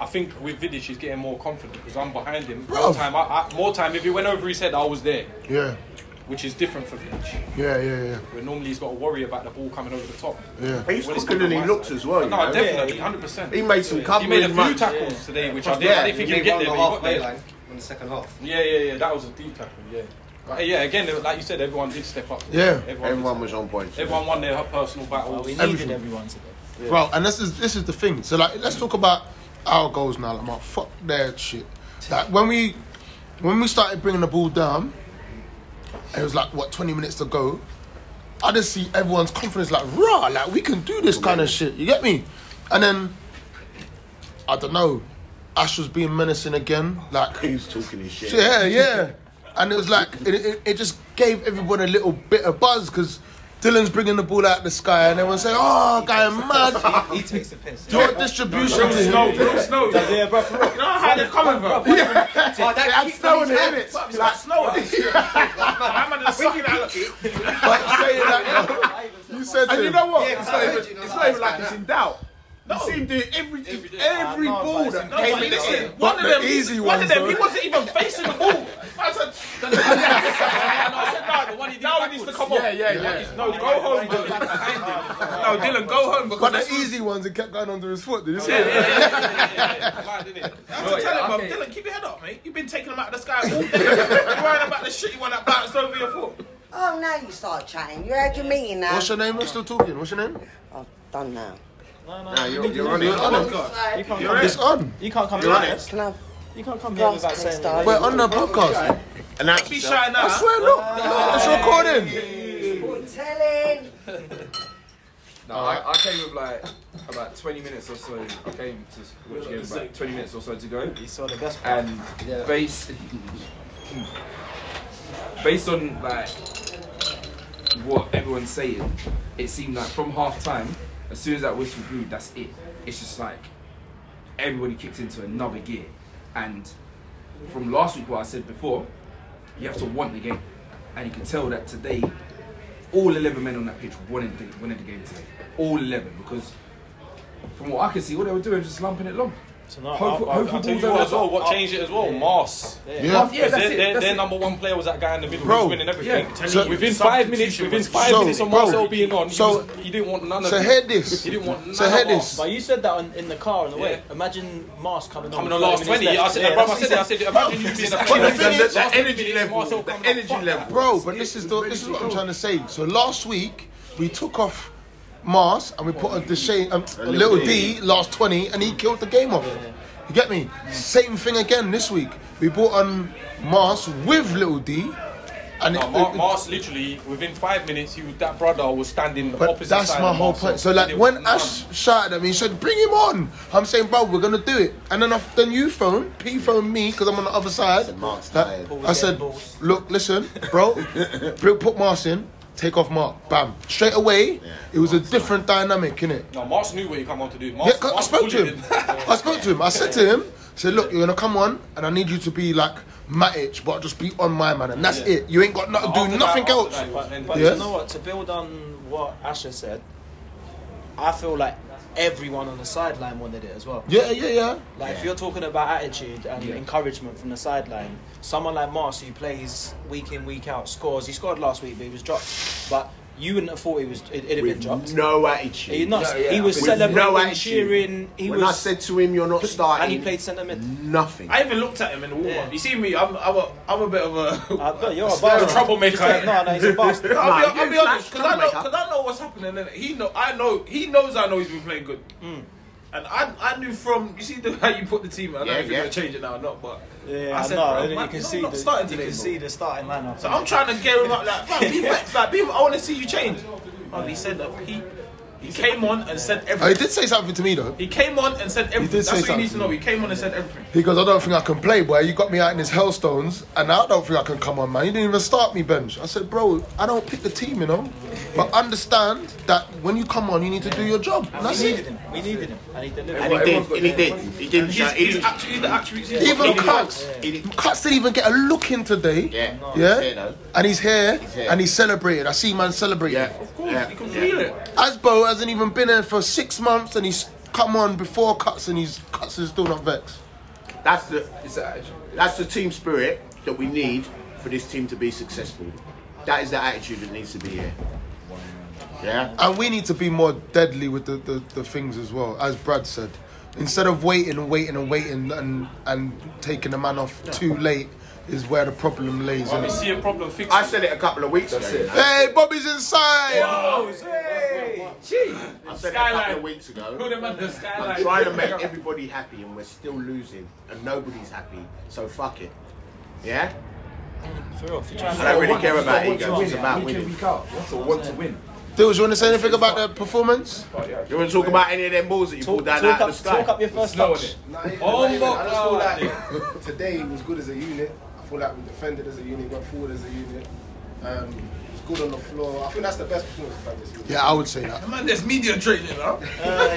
Speaker 2: I think with Vidic, he's getting more confident because I'm behind him.
Speaker 3: Bro.
Speaker 2: More time, I, I, more time. If he went over his head, I was there,
Speaker 3: Yeah,
Speaker 2: which is different for Vidic.
Speaker 3: yeah, yeah, yeah.
Speaker 2: Where normally he's got to worry about the ball coming over the top.
Speaker 3: Yeah.
Speaker 1: He's
Speaker 2: When it's
Speaker 1: quicker than
Speaker 2: coming
Speaker 1: he
Speaker 2: on my
Speaker 1: looks
Speaker 2: side. Oh,
Speaker 1: as well. You
Speaker 2: No,
Speaker 1: know?
Speaker 2: definitely, 100%.
Speaker 1: He made some
Speaker 2: He
Speaker 1: covering
Speaker 2: made a few
Speaker 1: runs.
Speaker 2: tackles today, which I, did,
Speaker 1: yeah,
Speaker 2: I didn't think
Speaker 4: He
Speaker 2: he'd
Speaker 4: made
Speaker 2: get
Speaker 4: one on
Speaker 2: there, but
Speaker 4: the halfway
Speaker 2: he got there.
Speaker 4: line in the second half.
Speaker 2: Yeah, yeah, yeah. That was a deep tackle. Yeah. But yeah, again, like you said, everyone did step up.
Speaker 3: Yeah.
Speaker 2: Everyone.
Speaker 1: Everyone
Speaker 2: did
Speaker 1: was on point.
Speaker 2: step- everyone won their personal
Speaker 5: Well,
Speaker 2: battles.
Speaker 5: we needed
Speaker 3: Everything.
Speaker 5: everyone today.
Speaker 3: Bro, and this is this is the thing. So like, let's talk about our goals now. Like, man, fuck their shit. Like when we when we started bringing the ball down, and it was like what twenty minutes to go. I just see everyone's confidence like raw. Like we can do this kind of shit. You get me? And then I don't know. Ash was being menacing again. Like
Speaker 1: He's talking his shit.
Speaker 3: yeah, yeah. and it was like it, it, it just gave everyone a little bit of buzz because Dylan's bringing the ball out of the sky, and everyone's saying, "Oh, guy, mad!
Speaker 5: He takes the piss.
Speaker 3: Your distribution to him."
Speaker 6: No, Bruce Snow. You
Speaker 5: Yeah, bro. For real.
Speaker 6: know how they're coming from.
Speaker 5: Oh, that
Speaker 1: I'm
Speaker 5: kick
Speaker 1: snowing
Speaker 5: on his
Speaker 1: it,
Speaker 5: hand.
Speaker 1: innit?
Speaker 6: It's got snow on it. I'm gonna suck it out.
Speaker 3: But saying that, you said to
Speaker 1: And you
Speaker 3: him,
Speaker 1: know what?
Speaker 4: Yeah, 'cause
Speaker 1: it's not
Speaker 4: I
Speaker 1: even,
Speaker 4: heard you, no,
Speaker 1: it's
Speaker 4: I
Speaker 1: not even
Speaker 4: understand
Speaker 1: like it's in doubt. You see him do every every,
Speaker 5: Ah, no, but
Speaker 1: ball
Speaker 5: it's
Speaker 1: that
Speaker 5: in
Speaker 6: No,
Speaker 1: came
Speaker 6: but
Speaker 1: in the
Speaker 6: listen,
Speaker 1: air.
Speaker 6: one
Speaker 3: But
Speaker 6: of
Speaker 3: the
Speaker 6: them,
Speaker 3: easy
Speaker 6: one of
Speaker 3: ones,
Speaker 6: them,
Speaker 3: though.
Speaker 6: he wasn't even facing the ball. I said, I said, no, the one he did now he needs to come off.
Speaker 1: Yeah, yeah, yeah.
Speaker 6: No, go home, Dylan. no, Dylan, go home. Because
Speaker 3: but
Speaker 6: that's
Speaker 3: the easy ones, it kept going under his foot. Did you see?
Speaker 6: Yeah,
Speaker 3: it?
Speaker 6: yeah, yeah, yeah, yeah, yeah. Mad, innit? I have to tell him, um, Dylan, keep your head up, mate. You've been taking him out of the sky all day. You're worrying about the shitty one that bounced over your foot.
Speaker 7: Oh, now you start chatting. You had your meeting now.
Speaker 3: What's your name? We're still talking. What's your name?
Speaker 7: I've done now.
Speaker 1: Nah, you're, you're on
Speaker 3: You're
Speaker 1: it.
Speaker 3: on it.
Speaker 5: You can't
Speaker 6: You're
Speaker 5: come.
Speaker 3: It's on.
Speaker 5: You can't come here.
Speaker 7: Can I have
Speaker 5: You can't come here
Speaker 7: glass
Speaker 5: without saying.
Speaker 7: next time?
Speaker 3: We're on the podcast.
Speaker 1: And that's
Speaker 6: Be shy now.
Speaker 3: I swear, look, look, it's recording.
Speaker 7: Telling.
Speaker 8: No, I, I came with like about 20 minutes or so. I came to watch the game about 20 minutes or so to go.
Speaker 5: You saw the best.
Speaker 8: And based based on like what everyone's saying, it seemed like from half time, as soon as that whistle blew, that's it. It's just like everybody kicks into another gear. And from last week, what I said before, you have to want the game, and you can tell that today, all 11 men on that pitch wanted the, wanted the game today. All 11 because. From what I can see, all they were doing was just lumping it long.
Speaker 5: So no,
Speaker 8: Hope-
Speaker 5: I'll- I'll-
Speaker 8: hope
Speaker 5: I'll
Speaker 2: Tell
Speaker 5: tell
Speaker 2: you
Speaker 8: football's
Speaker 2: what as
Speaker 8: over.
Speaker 2: well, what changed it as well? Mars.
Speaker 3: Yeah.
Speaker 8: Yeah, that's
Speaker 2: their, their-
Speaker 8: it, that's
Speaker 2: their
Speaker 8: it.
Speaker 2: number one player was that guy in the middle
Speaker 3: Bro,
Speaker 2: who was winning everything.
Speaker 8: yeah.
Speaker 2: So within five minutes, within five
Speaker 3: So,
Speaker 2: minutes of
Speaker 3: bro,
Speaker 2: Marcel being on,
Speaker 3: so-
Speaker 2: he, was, he didn't want none of
Speaker 3: So
Speaker 2: it.
Speaker 3: hear this.
Speaker 2: He didn't want none
Speaker 3: So hear
Speaker 2: of us.
Speaker 3: this.
Speaker 5: But you said that on, in the car on the way.
Speaker 2: Yeah.
Speaker 5: Imagine Mars coming on.
Speaker 2: Coming on
Speaker 5: with
Speaker 2: last
Speaker 5: 30
Speaker 2: 20,
Speaker 5: minutes
Speaker 2: I
Speaker 5: left.
Speaker 2: said
Speaker 5: Yeah,
Speaker 2: that, bro. I
Speaker 5: that's
Speaker 2: said that, I said that. Imagine you being a
Speaker 1: But the thing is,
Speaker 2: Last
Speaker 1: the
Speaker 2: 20
Speaker 1: energy
Speaker 2: minutes,
Speaker 1: level,
Speaker 2: Marcel
Speaker 1: the
Speaker 2: coming on,
Speaker 1: energy
Speaker 2: fuck that.
Speaker 1: level.
Speaker 3: Bro, but this is the, this is what I'm trying to say. So last week we took off Mars and we put on Deshaun, um, little D last twenty, and he killed the game off. You get me? Same thing again this week. We brought on Mars with little D, and it,
Speaker 2: No, Mar-
Speaker 3: it-
Speaker 2: Mars literally within five minutes, he was, that brother was standing the
Speaker 3: but
Speaker 2: opposite
Speaker 3: that's
Speaker 2: side
Speaker 3: my
Speaker 2: of
Speaker 3: whole
Speaker 2: Marcel.
Speaker 3: point. So
Speaker 2: He
Speaker 3: like
Speaker 2: didn't
Speaker 3: when
Speaker 2: want none.
Speaker 3: Ash shouted at me, he said, "Bring him on." I'm saying, "Bro, we're gonna do it." And then off, then you phone, P phone me because I'm on the other side.
Speaker 1: Mark's
Speaker 3: That-
Speaker 1: tired.
Speaker 3: I said, "Look, listen, bro, bro, put Mars in, take off Mark, bam, straight away." it was a different dynamic, innit?
Speaker 2: no, Mars knew what he come on to do.
Speaker 3: Yeah,
Speaker 2: Mars,
Speaker 3: 'cause I
Speaker 2: Mars
Speaker 3: spoke to
Speaker 2: bullied
Speaker 3: him. I spoke to him. I said to him, I said, look, you're gonna come on, and I need you to be like Matic, but just be on my man, and that's it. You ain't got nothing to
Speaker 2: After
Speaker 3: do
Speaker 2: that-
Speaker 3: nothing
Speaker 2: after
Speaker 3: else.
Speaker 2: that, it was
Speaker 5: But,
Speaker 2: ended.
Speaker 5: but
Speaker 3: Yeah.
Speaker 5: you know what? To build on what Asher said, I feel like everyone on the sideline wanted it as well.
Speaker 3: Yeah, yeah, yeah.
Speaker 5: Like if you're talking about attitude and encouragement from the sideline, someone like Mars who plays week in week out scores. He scored last week, but he was dropped. But you wouldn't have thought he was. It, it'd have been dropped.
Speaker 1: With no attitude.
Speaker 5: He not-
Speaker 8: yeah,
Speaker 5: he was
Speaker 1: With
Speaker 5: celebrating,
Speaker 1: no attitude.
Speaker 5: cheering. He
Speaker 1: when
Speaker 5: was.
Speaker 1: I said to him, "You're not starting,"
Speaker 5: and he played centre mid.
Speaker 1: nothing.
Speaker 6: I even looked at him in the warm
Speaker 5: Yeah.
Speaker 6: up. You see me, I'm, I'm, a, I'm a bit of a.
Speaker 5: I bet you're a bastard.
Speaker 6: troublemaker.
Speaker 5: He's a- No, no, he's a bastard.
Speaker 6: I'll,
Speaker 1: Nah,
Speaker 6: be,
Speaker 1: you
Speaker 6: I'll be honest,
Speaker 1: flashed
Speaker 6: because I know,
Speaker 1: troublemaker.
Speaker 6: cause I know what's happening. innit? He know, I know, he knows. I know he's been playing good,
Speaker 1: Mm.
Speaker 6: and I, I knew from you see the, how you put the team. I don't know
Speaker 1: Yeah,
Speaker 6: if you're
Speaker 1: yeah.
Speaker 6: gonna change it now or not, but
Speaker 5: Yeah,
Speaker 6: I said,
Speaker 5: no,
Speaker 6: bro,
Speaker 5: you
Speaker 6: man,
Speaker 5: can
Speaker 6: no,
Speaker 5: see
Speaker 6: not
Speaker 5: the,
Speaker 6: starting
Speaker 5: You
Speaker 6: today,
Speaker 5: can
Speaker 6: bro.
Speaker 5: see the starting lineup.
Speaker 6: So I'm trying to gear him up, like, fam, be vexed, like, be, I want to see you change. Oh, he said that he he came on and said
Speaker 3: Oh, he
Speaker 6: everything.
Speaker 3: did say something to me though.
Speaker 6: He came on and said everything.
Speaker 3: did
Speaker 6: That's
Speaker 3: say
Speaker 6: what you need to
Speaker 3: something.
Speaker 6: know. He came on and said everything.
Speaker 3: He goes, I don't think I can play, boy. You got me out in his hellstones, and I don't think I can come on, man. You didn't even start me, bench. I said, bro, I don't pick the team, you know. But understand that when you come on, you need to do your job. And that's
Speaker 5: we
Speaker 3: it.
Speaker 5: needed him. We needed him, and he delivered.
Speaker 1: And he did. And he did. He didn't.
Speaker 6: He's,
Speaker 1: shout- He
Speaker 6: he's,
Speaker 1: didn't.
Speaker 6: actually he's the attributes. he's
Speaker 3: Even
Speaker 6: got.
Speaker 3: Cuts,
Speaker 1: He didn't.
Speaker 3: Cuts didn't even get a look in today.
Speaker 1: Yeah. He's
Speaker 3: Yeah?
Speaker 1: here, though.
Speaker 3: And he's here,
Speaker 1: here.
Speaker 3: and he's celebrated. I see man celebrating.
Speaker 1: Yeah.
Speaker 6: Of course,
Speaker 1: Yeah.
Speaker 6: you can
Speaker 1: Yeah.
Speaker 6: feel it.
Speaker 3: Asbo hasn't even been here for six months, and he's come on before Cuts, and he's Cuts is still not vexed.
Speaker 1: That's the
Speaker 8: It's that attitude.
Speaker 1: that's the team spirit that we need for this team to be successful. That is the attitude that needs to be here. Yeah.
Speaker 3: And we need to be more deadly with the, the, the things as well, as Brad said. Instead of waiting and waiting and waiting and, and taking the man off too late is where the problem lays.
Speaker 2: We
Speaker 3: innit?
Speaker 2: see a problem fixed.
Speaker 1: I said it a couple of weeks ago. you know.
Speaker 3: Hey, Bobby's inside!
Speaker 1: I said it a couple
Speaker 6: Skyline.
Speaker 1: of weeks
Speaker 6: Put him
Speaker 1: ago.
Speaker 6: under the skyline.
Speaker 1: I'm trying to make everybody happy, and we're still losing, and nobody's happy. So fuck it. Yeah.
Speaker 5: For real, for real.
Speaker 1: I don't really care about ego. It's about winning.
Speaker 8: So want to win.
Speaker 3: Dills, you want to say anything about the performance?
Speaker 1: You want to talk about any of them balls that you pulled
Speaker 5: Talk,
Speaker 1: down
Speaker 5: talk,
Speaker 1: out of
Speaker 5: up,
Speaker 1: the sky?
Speaker 5: talk up your first
Speaker 8: Slow
Speaker 5: touch.
Speaker 8: it.
Speaker 9: Nah, even,
Speaker 2: Oh
Speaker 9: oh, even,
Speaker 2: my
Speaker 9: I just feel like today was good as a unit. I I feel like we defended as a unit, went forward as a unit. Um, it was good on the floor. I think that's the best performance we've had this year.
Speaker 3: Yeah, I would say that.
Speaker 6: Man, there's media training, huh? Uh,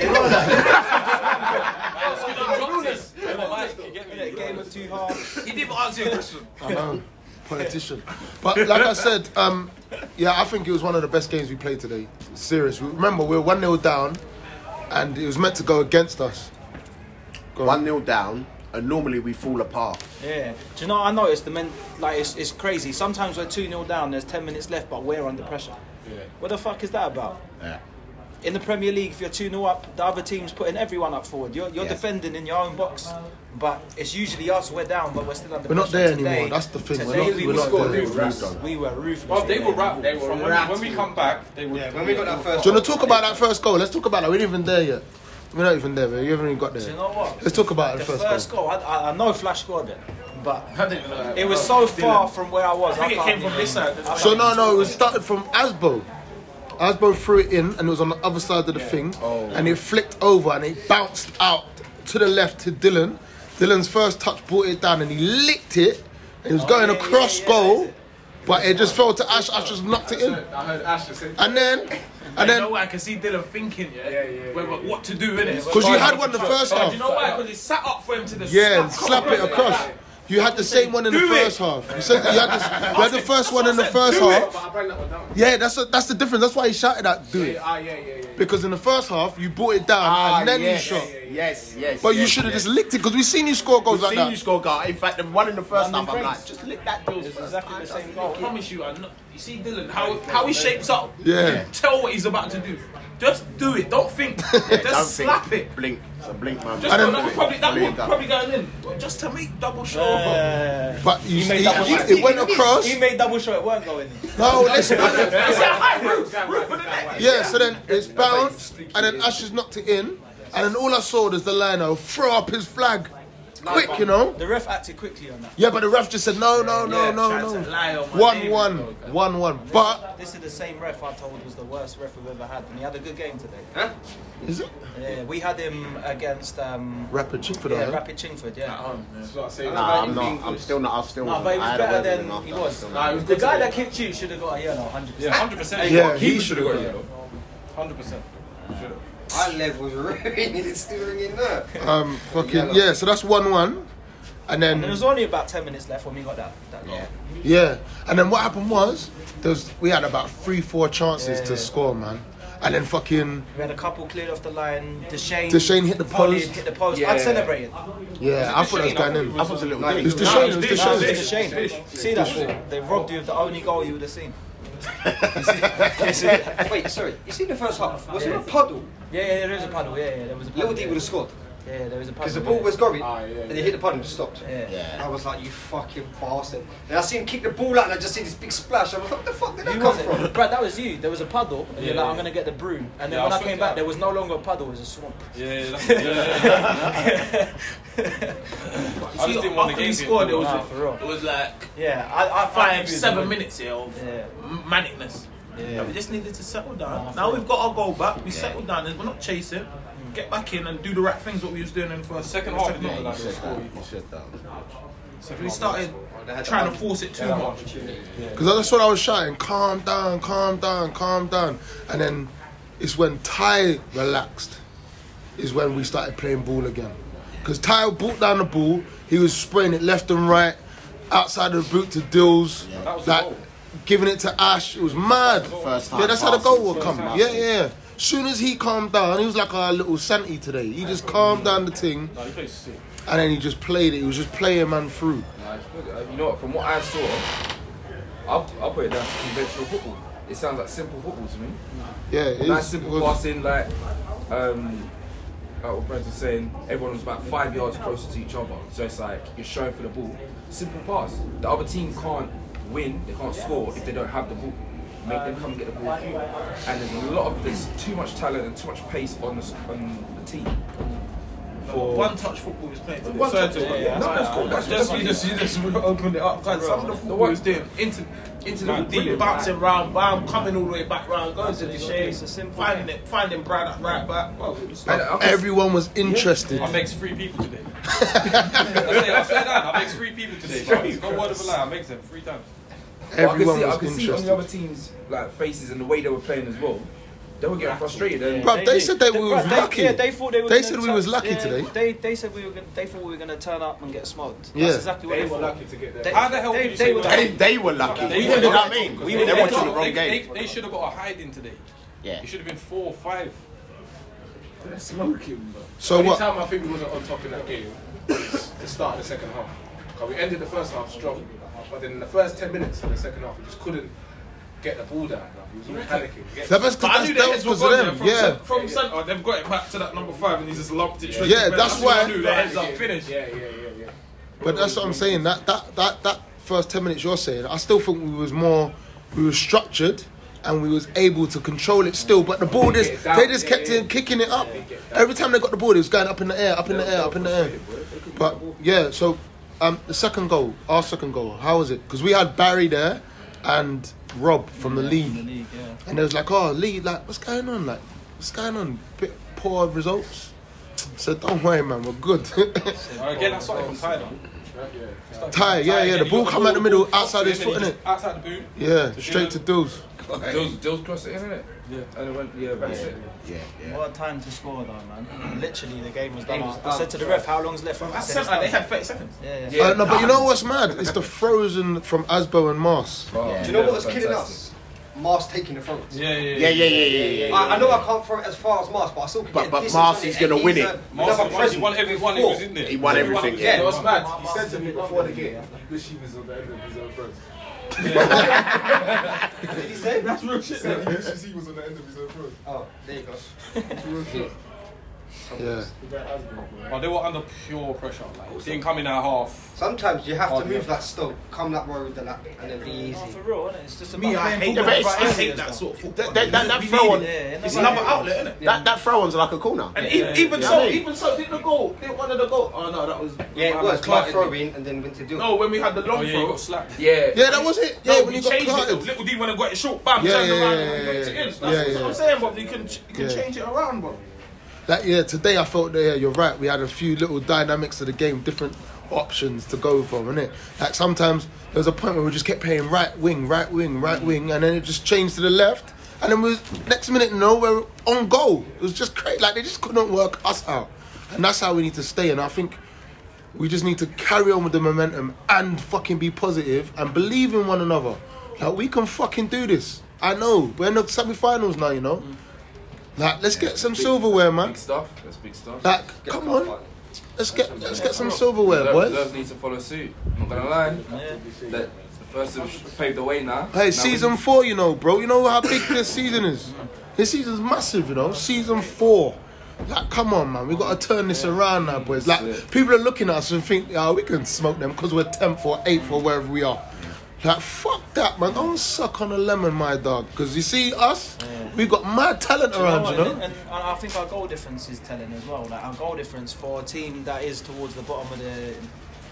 Speaker 5: Game of two halves.
Speaker 6: He didn't even answer your question.
Speaker 3: I know. Politician. But like I said, um, yeah, I think it was one of the best games we played today. Serious. Remember, we were 1 0 down and it was meant to go against us. Go on.
Speaker 1: One 0 down, and normally we fall apart.
Speaker 5: Yeah. Do you know? what I noticed the men like it's, it's crazy. Sometimes we're two 0 down. There's ten minutes left, but we're under pressure. Yeah. What the fuck is that about?
Speaker 1: Yeah.
Speaker 5: In the Premier League, if you're 2 0 up, the other team's putting everyone up forward. You're, you're defending in your own box, but it's usually us, we're down, but we're still under
Speaker 3: We're not
Speaker 5: pressure.
Speaker 3: there
Speaker 5: Today-
Speaker 3: anymore. That's the thing. We're
Speaker 5: today
Speaker 3: not,
Speaker 5: we
Speaker 3: we're
Speaker 5: were
Speaker 3: not
Speaker 5: scored.
Speaker 3: there.
Speaker 5: We were ruthless.
Speaker 2: Well, they were rattled.
Speaker 6: They were
Speaker 2: From when,
Speaker 6: rattled.
Speaker 2: when we come back, they were.
Speaker 4: Yeah, when we got that first
Speaker 3: Do you want to talk about that first goal? Let's talk about that. We're not even there yet. We're not even there. We haven't even got there.
Speaker 5: Do you know what?
Speaker 3: Let's talk about
Speaker 5: the
Speaker 3: the
Speaker 5: first,
Speaker 3: first, goal.
Speaker 5: goal. I, I, I know Flash scored it, but
Speaker 6: I didn't know that.
Speaker 5: it was so far from where I was.
Speaker 6: I think it
Speaker 5: can't
Speaker 6: came from
Speaker 5: even-
Speaker 6: this side.
Speaker 5: I
Speaker 3: uh, So
Speaker 5: can't
Speaker 3: no,
Speaker 5: even
Speaker 3: no, it
Speaker 5: talk
Speaker 3: was
Speaker 5: about
Speaker 3: started from Asbo. Asbo threw it in, and it was on the other side of the thing, and it flicked over and it bounced out to the left to Dylan. Dylan's first touch brought it down, and he licked it. It was going
Speaker 5: yeah,
Speaker 3: across
Speaker 5: yeah, yeah,
Speaker 3: goal,
Speaker 5: that's it.
Speaker 3: but it just fell to Ash. Ash just knocked it in,
Speaker 8: I heard Ash just say,
Speaker 3: and then, and
Speaker 6: you know
Speaker 3: then,
Speaker 6: what? I can see Dylan thinking, yeah, yeah, yeah, what to do in it.
Speaker 3: because you had one the first
Speaker 6: you
Speaker 3: half,
Speaker 6: know why? Because he sat up for him to the
Speaker 3: yeah, and
Speaker 6: snap.
Speaker 3: slap it across. You had the same one in the
Speaker 6: "Do it."
Speaker 3: first half. You said you had, this, you had the first one in the first half.
Speaker 8: I bring that one down.
Speaker 3: Yeah, that's a, that's the difference. That's why he shouted out, "Do it."
Speaker 8: Ah, yeah, yeah, yeah.
Speaker 3: Because in the first half, you brought it
Speaker 1: Ah,
Speaker 3: down and then you shot.
Speaker 1: Yes, yes.
Speaker 3: But you
Speaker 1: yes,
Speaker 3: should have
Speaker 1: yes.
Speaker 3: just licked it because we've seen you score goals
Speaker 1: We've
Speaker 3: like
Speaker 1: seen
Speaker 3: that.
Speaker 1: you score goal. In fact, the one in the first half, I'm like, just lick that deal
Speaker 5: It was
Speaker 1: first.
Speaker 5: exactly the same
Speaker 6: I
Speaker 5: goal.
Speaker 6: promise you, I know, you see Dylan, how, how he shapes up.
Speaker 3: Yeah.
Speaker 6: Tell what he's about to do. Just do it. Don't think. just
Speaker 1: Don't think.
Speaker 6: slap it.
Speaker 1: Blink. It's a blink moment.
Speaker 6: Just
Speaker 3: And then-
Speaker 6: that was probably that
Speaker 1: Blink
Speaker 6: was
Speaker 1: up.
Speaker 6: probably going in. Well, Just to make double sure.
Speaker 5: Yeah.
Speaker 3: But you, see,
Speaker 5: made that one.
Speaker 3: it went across.
Speaker 5: He made double sure it weren't going. in.
Speaker 3: No, listen.
Speaker 6: It's a high roof, roof for the net.
Speaker 3: Yeah, so then it's bounced and then Ash has knocked it in. And then all I saw was the lino throw up his flag. Quick, you know?
Speaker 5: The ref acted quickly on that.
Speaker 3: Yeah, but the ref just said, no, no, no,
Speaker 6: Yeah,
Speaker 3: no,
Speaker 6: tried to
Speaker 3: no.
Speaker 6: lie on my
Speaker 3: 1
Speaker 6: name,
Speaker 3: 1.
Speaker 6: dog.
Speaker 3: 1 1. But,
Speaker 5: This is the same ref I told was the worst ref we've ever had, and he had a good game today.
Speaker 3: is it?
Speaker 5: Yeah, we had him against um,
Speaker 3: Rapid chip for
Speaker 5: yeah,
Speaker 3: that.
Speaker 5: Rapid Chingford, yeah.
Speaker 1: Nah, I'm not. I'm still not. I'm still.
Speaker 5: No, but he
Speaker 1: I had
Speaker 5: was
Speaker 1: a
Speaker 5: better
Speaker 1: word with him
Speaker 5: than
Speaker 1: after,
Speaker 5: he
Speaker 1: I'm
Speaker 5: was.
Speaker 1: still not.
Speaker 8: Nah, it was
Speaker 5: The
Speaker 8: good.
Speaker 5: guy that kicked you should have got a yellow, 100%.
Speaker 2: Yeah, hundred percent.
Speaker 3: Yeah, he
Speaker 8: should have got yellow.
Speaker 2: Hundred percent.
Speaker 4: Our leg was ringing, it's still ringing now.
Speaker 3: Um, fucking, yeah, so that's 1 1. And
Speaker 5: And there
Speaker 3: then
Speaker 5: was only about 10 minutes left when we got that, that goal.
Speaker 3: Yeah, and then what happened was there was, we had about three, four chances to score, man. And then fucking
Speaker 5: We had a couple cleared off the line. Deshane,
Speaker 3: Deshane hit the
Speaker 5: volleyed,
Speaker 3: post.
Speaker 5: hit the post. I'd celebrated.
Speaker 3: yeah, I thought that was going in.
Speaker 1: I was a little.
Speaker 3: It was
Speaker 1: bit-
Speaker 3: Deshane, it was
Speaker 5: That was
Speaker 3: Deshane.
Speaker 5: Deshane. See that? They robbed you of the only goal you would have seen. You see- you see that?
Speaker 4: Wait, sorry, you see the first half? Was there a puddle?
Speaker 5: Yeah, yeah, there is a puddle. Yeah, yeah, there was a puddle.
Speaker 4: Little D
Speaker 5: yeah.
Speaker 4: would have scored.
Speaker 5: Yeah, there was a puddle.
Speaker 4: Because the ball
Speaker 5: yeah.
Speaker 4: was going, and they hit the puddle and just stopped.
Speaker 5: Yeah.
Speaker 4: I was like, you fucking bastard. And I see him kick the ball out, and I just see this big splash. I was like, what the fuck did that
Speaker 5: You
Speaker 4: come
Speaker 5: was it?
Speaker 4: from?
Speaker 5: Brad, that was you. There was a puddle, and you're like, I'm gonna get the broom. And then
Speaker 2: Yeah,
Speaker 5: when
Speaker 2: I
Speaker 5: I,
Speaker 2: swear
Speaker 5: came
Speaker 2: to
Speaker 5: back,
Speaker 2: God.
Speaker 5: there was no longer a puddle, it was a swamp.
Speaker 2: Yeah, that's, yeah, yeah. I just didn't want the
Speaker 6: After he
Speaker 2: game.
Speaker 6: scored, it was,
Speaker 5: Nah, for real.
Speaker 6: it was like
Speaker 5: Yeah, I, I
Speaker 6: five, seven minutes here of
Speaker 5: Yeah.
Speaker 6: m- manicness.
Speaker 5: Yeah.
Speaker 6: We just needed to settle down. now we've got our goal back. We settled down. and We're not chasing. Get back in and do the right things what we was doing in the first
Speaker 2: Second
Speaker 6: the
Speaker 2: half, we didn't like
Speaker 6: half.
Speaker 2: the score.
Speaker 1: You said that.
Speaker 6: We started trying to force it too much.
Speaker 3: Because that's what I was shouting. Calm down, calm down, calm down. And then it's when Ty relaxed, is when we started playing ball again. Because Ty brought down the ball, he was spraying it left and right, outside of the boot to Dills,
Speaker 2: That was the
Speaker 3: like
Speaker 2: goal.
Speaker 3: giving it to Ash. It was mad.
Speaker 1: First
Speaker 3: yeah,
Speaker 1: time
Speaker 3: that's how the
Speaker 1: passing,
Speaker 3: goal would
Speaker 1: first
Speaker 3: come.
Speaker 1: time
Speaker 3: Yeah,
Speaker 1: passing.
Speaker 3: yeah. Soon as he calmed down, he was like our little Santy today. He just calmed down the thing,
Speaker 2: No, he plays sick.
Speaker 3: and then he just played it. He was just playing man through.
Speaker 8: Nah, it's good. Uh, You know what? From what I saw, I'll, I'll put it down to conventional football. It sounds like simple football to me.
Speaker 3: Yeah, it
Speaker 8: Nice
Speaker 3: is-
Speaker 8: simple
Speaker 3: it was-
Speaker 8: passing, like um, like what Brent was saying. Everyone was about five yards closer to each other, so it's like you're showing for the ball. Simple pass. The other team can't win, they can't score if they don't have the ball. Make them come get the ball. for you. And there's a lot of there's too much talent and too much pace on the s- on the team.
Speaker 5: for
Speaker 6: One touch football is playing.
Speaker 2: One touch, yeah, yeah.
Speaker 6: No, that's cool. That's
Speaker 2: Just-
Speaker 6: just you just you just opened it up. 'Cause some of the football is doing into into the deep, bouncing round, round, coming all the way back round, going to the shade,
Speaker 5: It's a simple
Speaker 6: finding it, finding Brad at right back. Well,
Speaker 3: Everyone was interested.
Speaker 2: I makes three people today. I, say, I swear down, I makes three people today. Bro. No word of a lie, I makes them three times.
Speaker 3: Everyone
Speaker 8: I
Speaker 3: was
Speaker 8: could see, I could
Speaker 3: interested.
Speaker 8: see on the other team's like faces and the way they were playing as well. They were getting frustrated. And
Speaker 3: Bruv, they said that we was
Speaker 5: Bruv,
Speaker 3: lucky.
Speaker 5: They, yeah, they thought they were.
Speaker 3: They
Speaker 5: gonna
Speaker 3: said we
Speaker 5: turn-
Speaker 3: was lucky
Speaker 5: yeah,
Speaker 3: today.
Speaker 5: They, they said we were. Gonna, they thought we were going to turn up and get smoked.
Speaker 3: Yeah.
Speaker 5: That's exactly what they, were lucky to get there.
Speaker 2: How the hell
Speaker 5: they,
Speaker 2: did you
Speaker 5: they
Speaker 2: say
Speaker 5: were
Speaker 1: They,
Speaker 2: we're
Speaker 5: lucky?
Speaker 1: they were lucky.
Speaker 2: They
Speaker 1: you
Speaker 2: were
Speaker 1: know what I
Speaker 2: lucky.
Speaker 1: mean?
Speaker 2: We
Speaker 1: they
Speaker 2: were
Speaker 1: went to
Speaker 2: lucky.
Speaker 1: the wrong
Speaker 2: they,
Speaker 1: game.
Speaker 2: They, they should have got a hide in today.
Speaker 1: yeah.
Speaker 2: It should have been four or five.
Speaker 9: Smoking, bro.
Speaker 3: So
Speaker 9: Only
Speaker 3: what?
Speaker 9: time I think we wasn't on top in that game was the start of the second half. Because we ended the first half strong, but then in the first 10 minutes of the second half, we just couldn't get the ball down. Like, we was all panicking. Get-
Speaker 3: That was
Speaker 2: But I
Speaker 3: because
Speaker 2: knew
Speaker 3: that
Speaker 2: their
Speaker 3: was
Speaker 2: heads were
Speaker 3: 'cause
Speaker 2: gone there
Speaker 3: of them.
Speaker 2: from,
Speaker 3: Yeah.
Speaker 2: cent- from centre. Oh, They've got it back to that number five and he's just lobbed it straight.
Speaker 3: Yeah,
Speaker 2: to Brent.
Speaker 3: that's
Speaker 2: what I
Speaker 3: why-
Speaker 2: knew their heads up
Speaker 9: yeah,
Speaker 2: finished.
Speaker 9: Yeah, yeah, yeah, yeah.
Speaker 3: But that's what I'm saying. That that that that first ten minutes you're saying, I still think we was more, we were structured, and we was able to control it still. But the ball is,
Speaker 9: it down,
Speaker 3: they just
Speaker 9: yeah,
Speaker 3: kept
Speaker 9: yeah.
Speaker 3: in kicking it up. Every time they got the ball, it was going up in the air, up in the air, up in the air. But yeah, so um, the second goal, our second goal, how was it? Because we had Barry there, and Rob from the league.
Speaker 5: The league, yeah.
Speaker 3: And it was like, oh, Lee, like, what's going on? Like, what's going on? Bit poor results. So don't worry, man, we're good.
Speaker 2: Uh, Again, I started from tied on.
Speaker 3: Ty, yeah, yeah, the ball come out the middle, outside his foot, innit?
Speaker 2: Outside the boot.
Speaker 3: Yeah, straight to Dills.
Speaker 8: Dills, Dills crossed it in, innit? Yeah. And it went, yeah, that's it.
Speaker 5: What a time to score, though, man. Literally, the game was done. I said to the ref, "How long's left?" I said,
Speaker 6: that's
Speaker 5: "It's
Speaker 6: like they
Speaker 5: done."
Speaker 6: had 30 seconds.
Speaker 5: Yeah, yeah.
Speaker 3: Uh, no, but you know what's mad? It's the frozen from Asbo and Mars.
Speaker 8: Yeah.
Speaker 1: Do
Speaker 8: Do
Speaker 1: you
Speaker 7: you know what was killing us? Mars taking the front.
Speaker 2: Yeah, yeah,
Speaker 1: Yeah, Ah, yeah, yeah, yeah, yeah. yeah.
Speaker 7: I, I know I can't throw it as far as Mars, but I still can
Speaker 1: But-
Speaker 7: get
Speaker 1: but
Speaker 7: distance
Speaker 1: Mars
Speaker 7: on
Speaker 1: is
Speaker 7: and
Speaker 1: gonna win
Speaker 7: he's
Speaker 1: it.
Speaker 7: a-
Speaker 2: Mars
Speaker 7: another
Speaker 2: won, he won
Speaker 7: presence
Speaker 2: everyone who
Speaker 7: before.
Speaker 2: was in there.
Speaker 1: He won everything,
Speaker 2: was
Speaker 1: yeah.
Speaker 2: in
Speaker 9: It
Speaker 2: there.
Speaker 9: was mad. He said to me before the game, wish he was on the end of his own throws.
Speaker 7: Did he say?
Speaker 9: That's real shit. He said he wishes he was on the end of his own throws.
Speaker 7: Oh, there you go.
Speaker 3: Yeah.
Speaker 2: But they were under pure pressure. Like, they didn't come in at half.
Speaker 7: Sometimes you have to move like Stoke, come that way with the lap, and then be
Speaker 5: Oh,
Speaker 7: easy.
Speaker 5: for real, innit? It's just about
Speaker 6: Me, I
Speaker 5: playing
Speaker 6: hate
Speaker 5: football.
Speaker 1: but
Speaker 6: that.
Speaker 1: it's-
Speaker 6: bro. I
Speaker 1: it's-
Speaker 6: hate that sort of football.
Speaker 1: That, that, that, that
Speaker 6: We
Speaker 1: throw
Speaker 6: need
Speaker 1: on,
Speaker 5: Yeah, and
Speaker 6: It's
Speaker 5: that's
Speaker 6: another outlet, isn't it?
Speaker 1: that, that throw on's like a corner.
Speaker 6: And even, even
Speaker 1: yeah.
Speaker 6: so,
Speaker 1: Yeah.
Speaker 6: even so, did the goal? Did one of the goal? Oh no, that was
Speaker 7: Yeah, it
Speaker 6: that
Speaker 7: was.
Speaker 6: Clark,
Speaker 7: Clark throw in and then went to do
Speaker 6: No, when we had the long
Speaker 2: Oh, yeah, you
Speaker 6: throw.
Speaker 2: got slapped.
Speaker 8: Yeah.
Speaker 3: Yeah, that was it. Yeah,
Speaker 6: no,
Speaker 3: when
Speaker 6: we
Speaker 3: you got
Speaker 6: changed it.
Speaker 3: clotted.
Speaker 6: Little D when I got it short, bam,
Speaker 3: Yeah,
Speaker 6: turned
Speaker 3: yeah,
Speaker 6: around
Speaker 3: yeah,
Speaker 6: and
Speaker 3: yeah,
Speaker 6: went to
Speaker 3: yeah.
Speaker 6: in. That's
Speaker 3: Yeah,
Speaker 6: what
Speaker 3: yeah.
Speaker 6: I'm saying, bro. You can you can
Speaker 3: Yeah.
Speaker 6: change it around, bro.
Speaker 3: Like, yeah, today I felt that, yeah, you're right. We had a few little dynamics of the game, different options to go from, innit? Like, sometimes there was a point where we just kept playing right wing, right wing, right wing, and then it just changed to the left. And then we was, next minute, no, we're on goal. It was just crazy. Like, they just couldn't work us out. And that's how we need to stay. And I think we just need to carry on with the momentum and fucking be positive and believe in one another. Like, we can fucking do this. I know. We're in the semi finals now, you know? Like, let's get some
Speaker 8: Big-
Speaker 3: silverware, man.
Speaker 8: Big stuff. That's big stuff.
Speaker 3: Like, come on, let's get let's get some silverware,
Speaker 8: Reserves,
Speaker 3: boys.
Speaker 8: reserves need to follow suit. I'm not gonna lie. That the first have paved the way now.
Speaker 3: Hey,
Speaker 8: now
Speaker 3: season four, you know, bro. You know how big this season is. This season's massive, you know. Season four. Like, come on, man. We gotta turn this around now, boys. Like, people are looking at us and think, yeah, we can smoke them because we're tenth or eighth or wherever we are. Like, fuck that, man. Don't suck on a lemon, my dog. Because you see us, we got mad talent
Speaker 5: You know
Speaker 3: around,
Speaker 5: what,
Speaker 3: you know.
Speaker 5: And, and I think our goal difference is telling as well. Like our goal difference for a team that is towards the bottom of the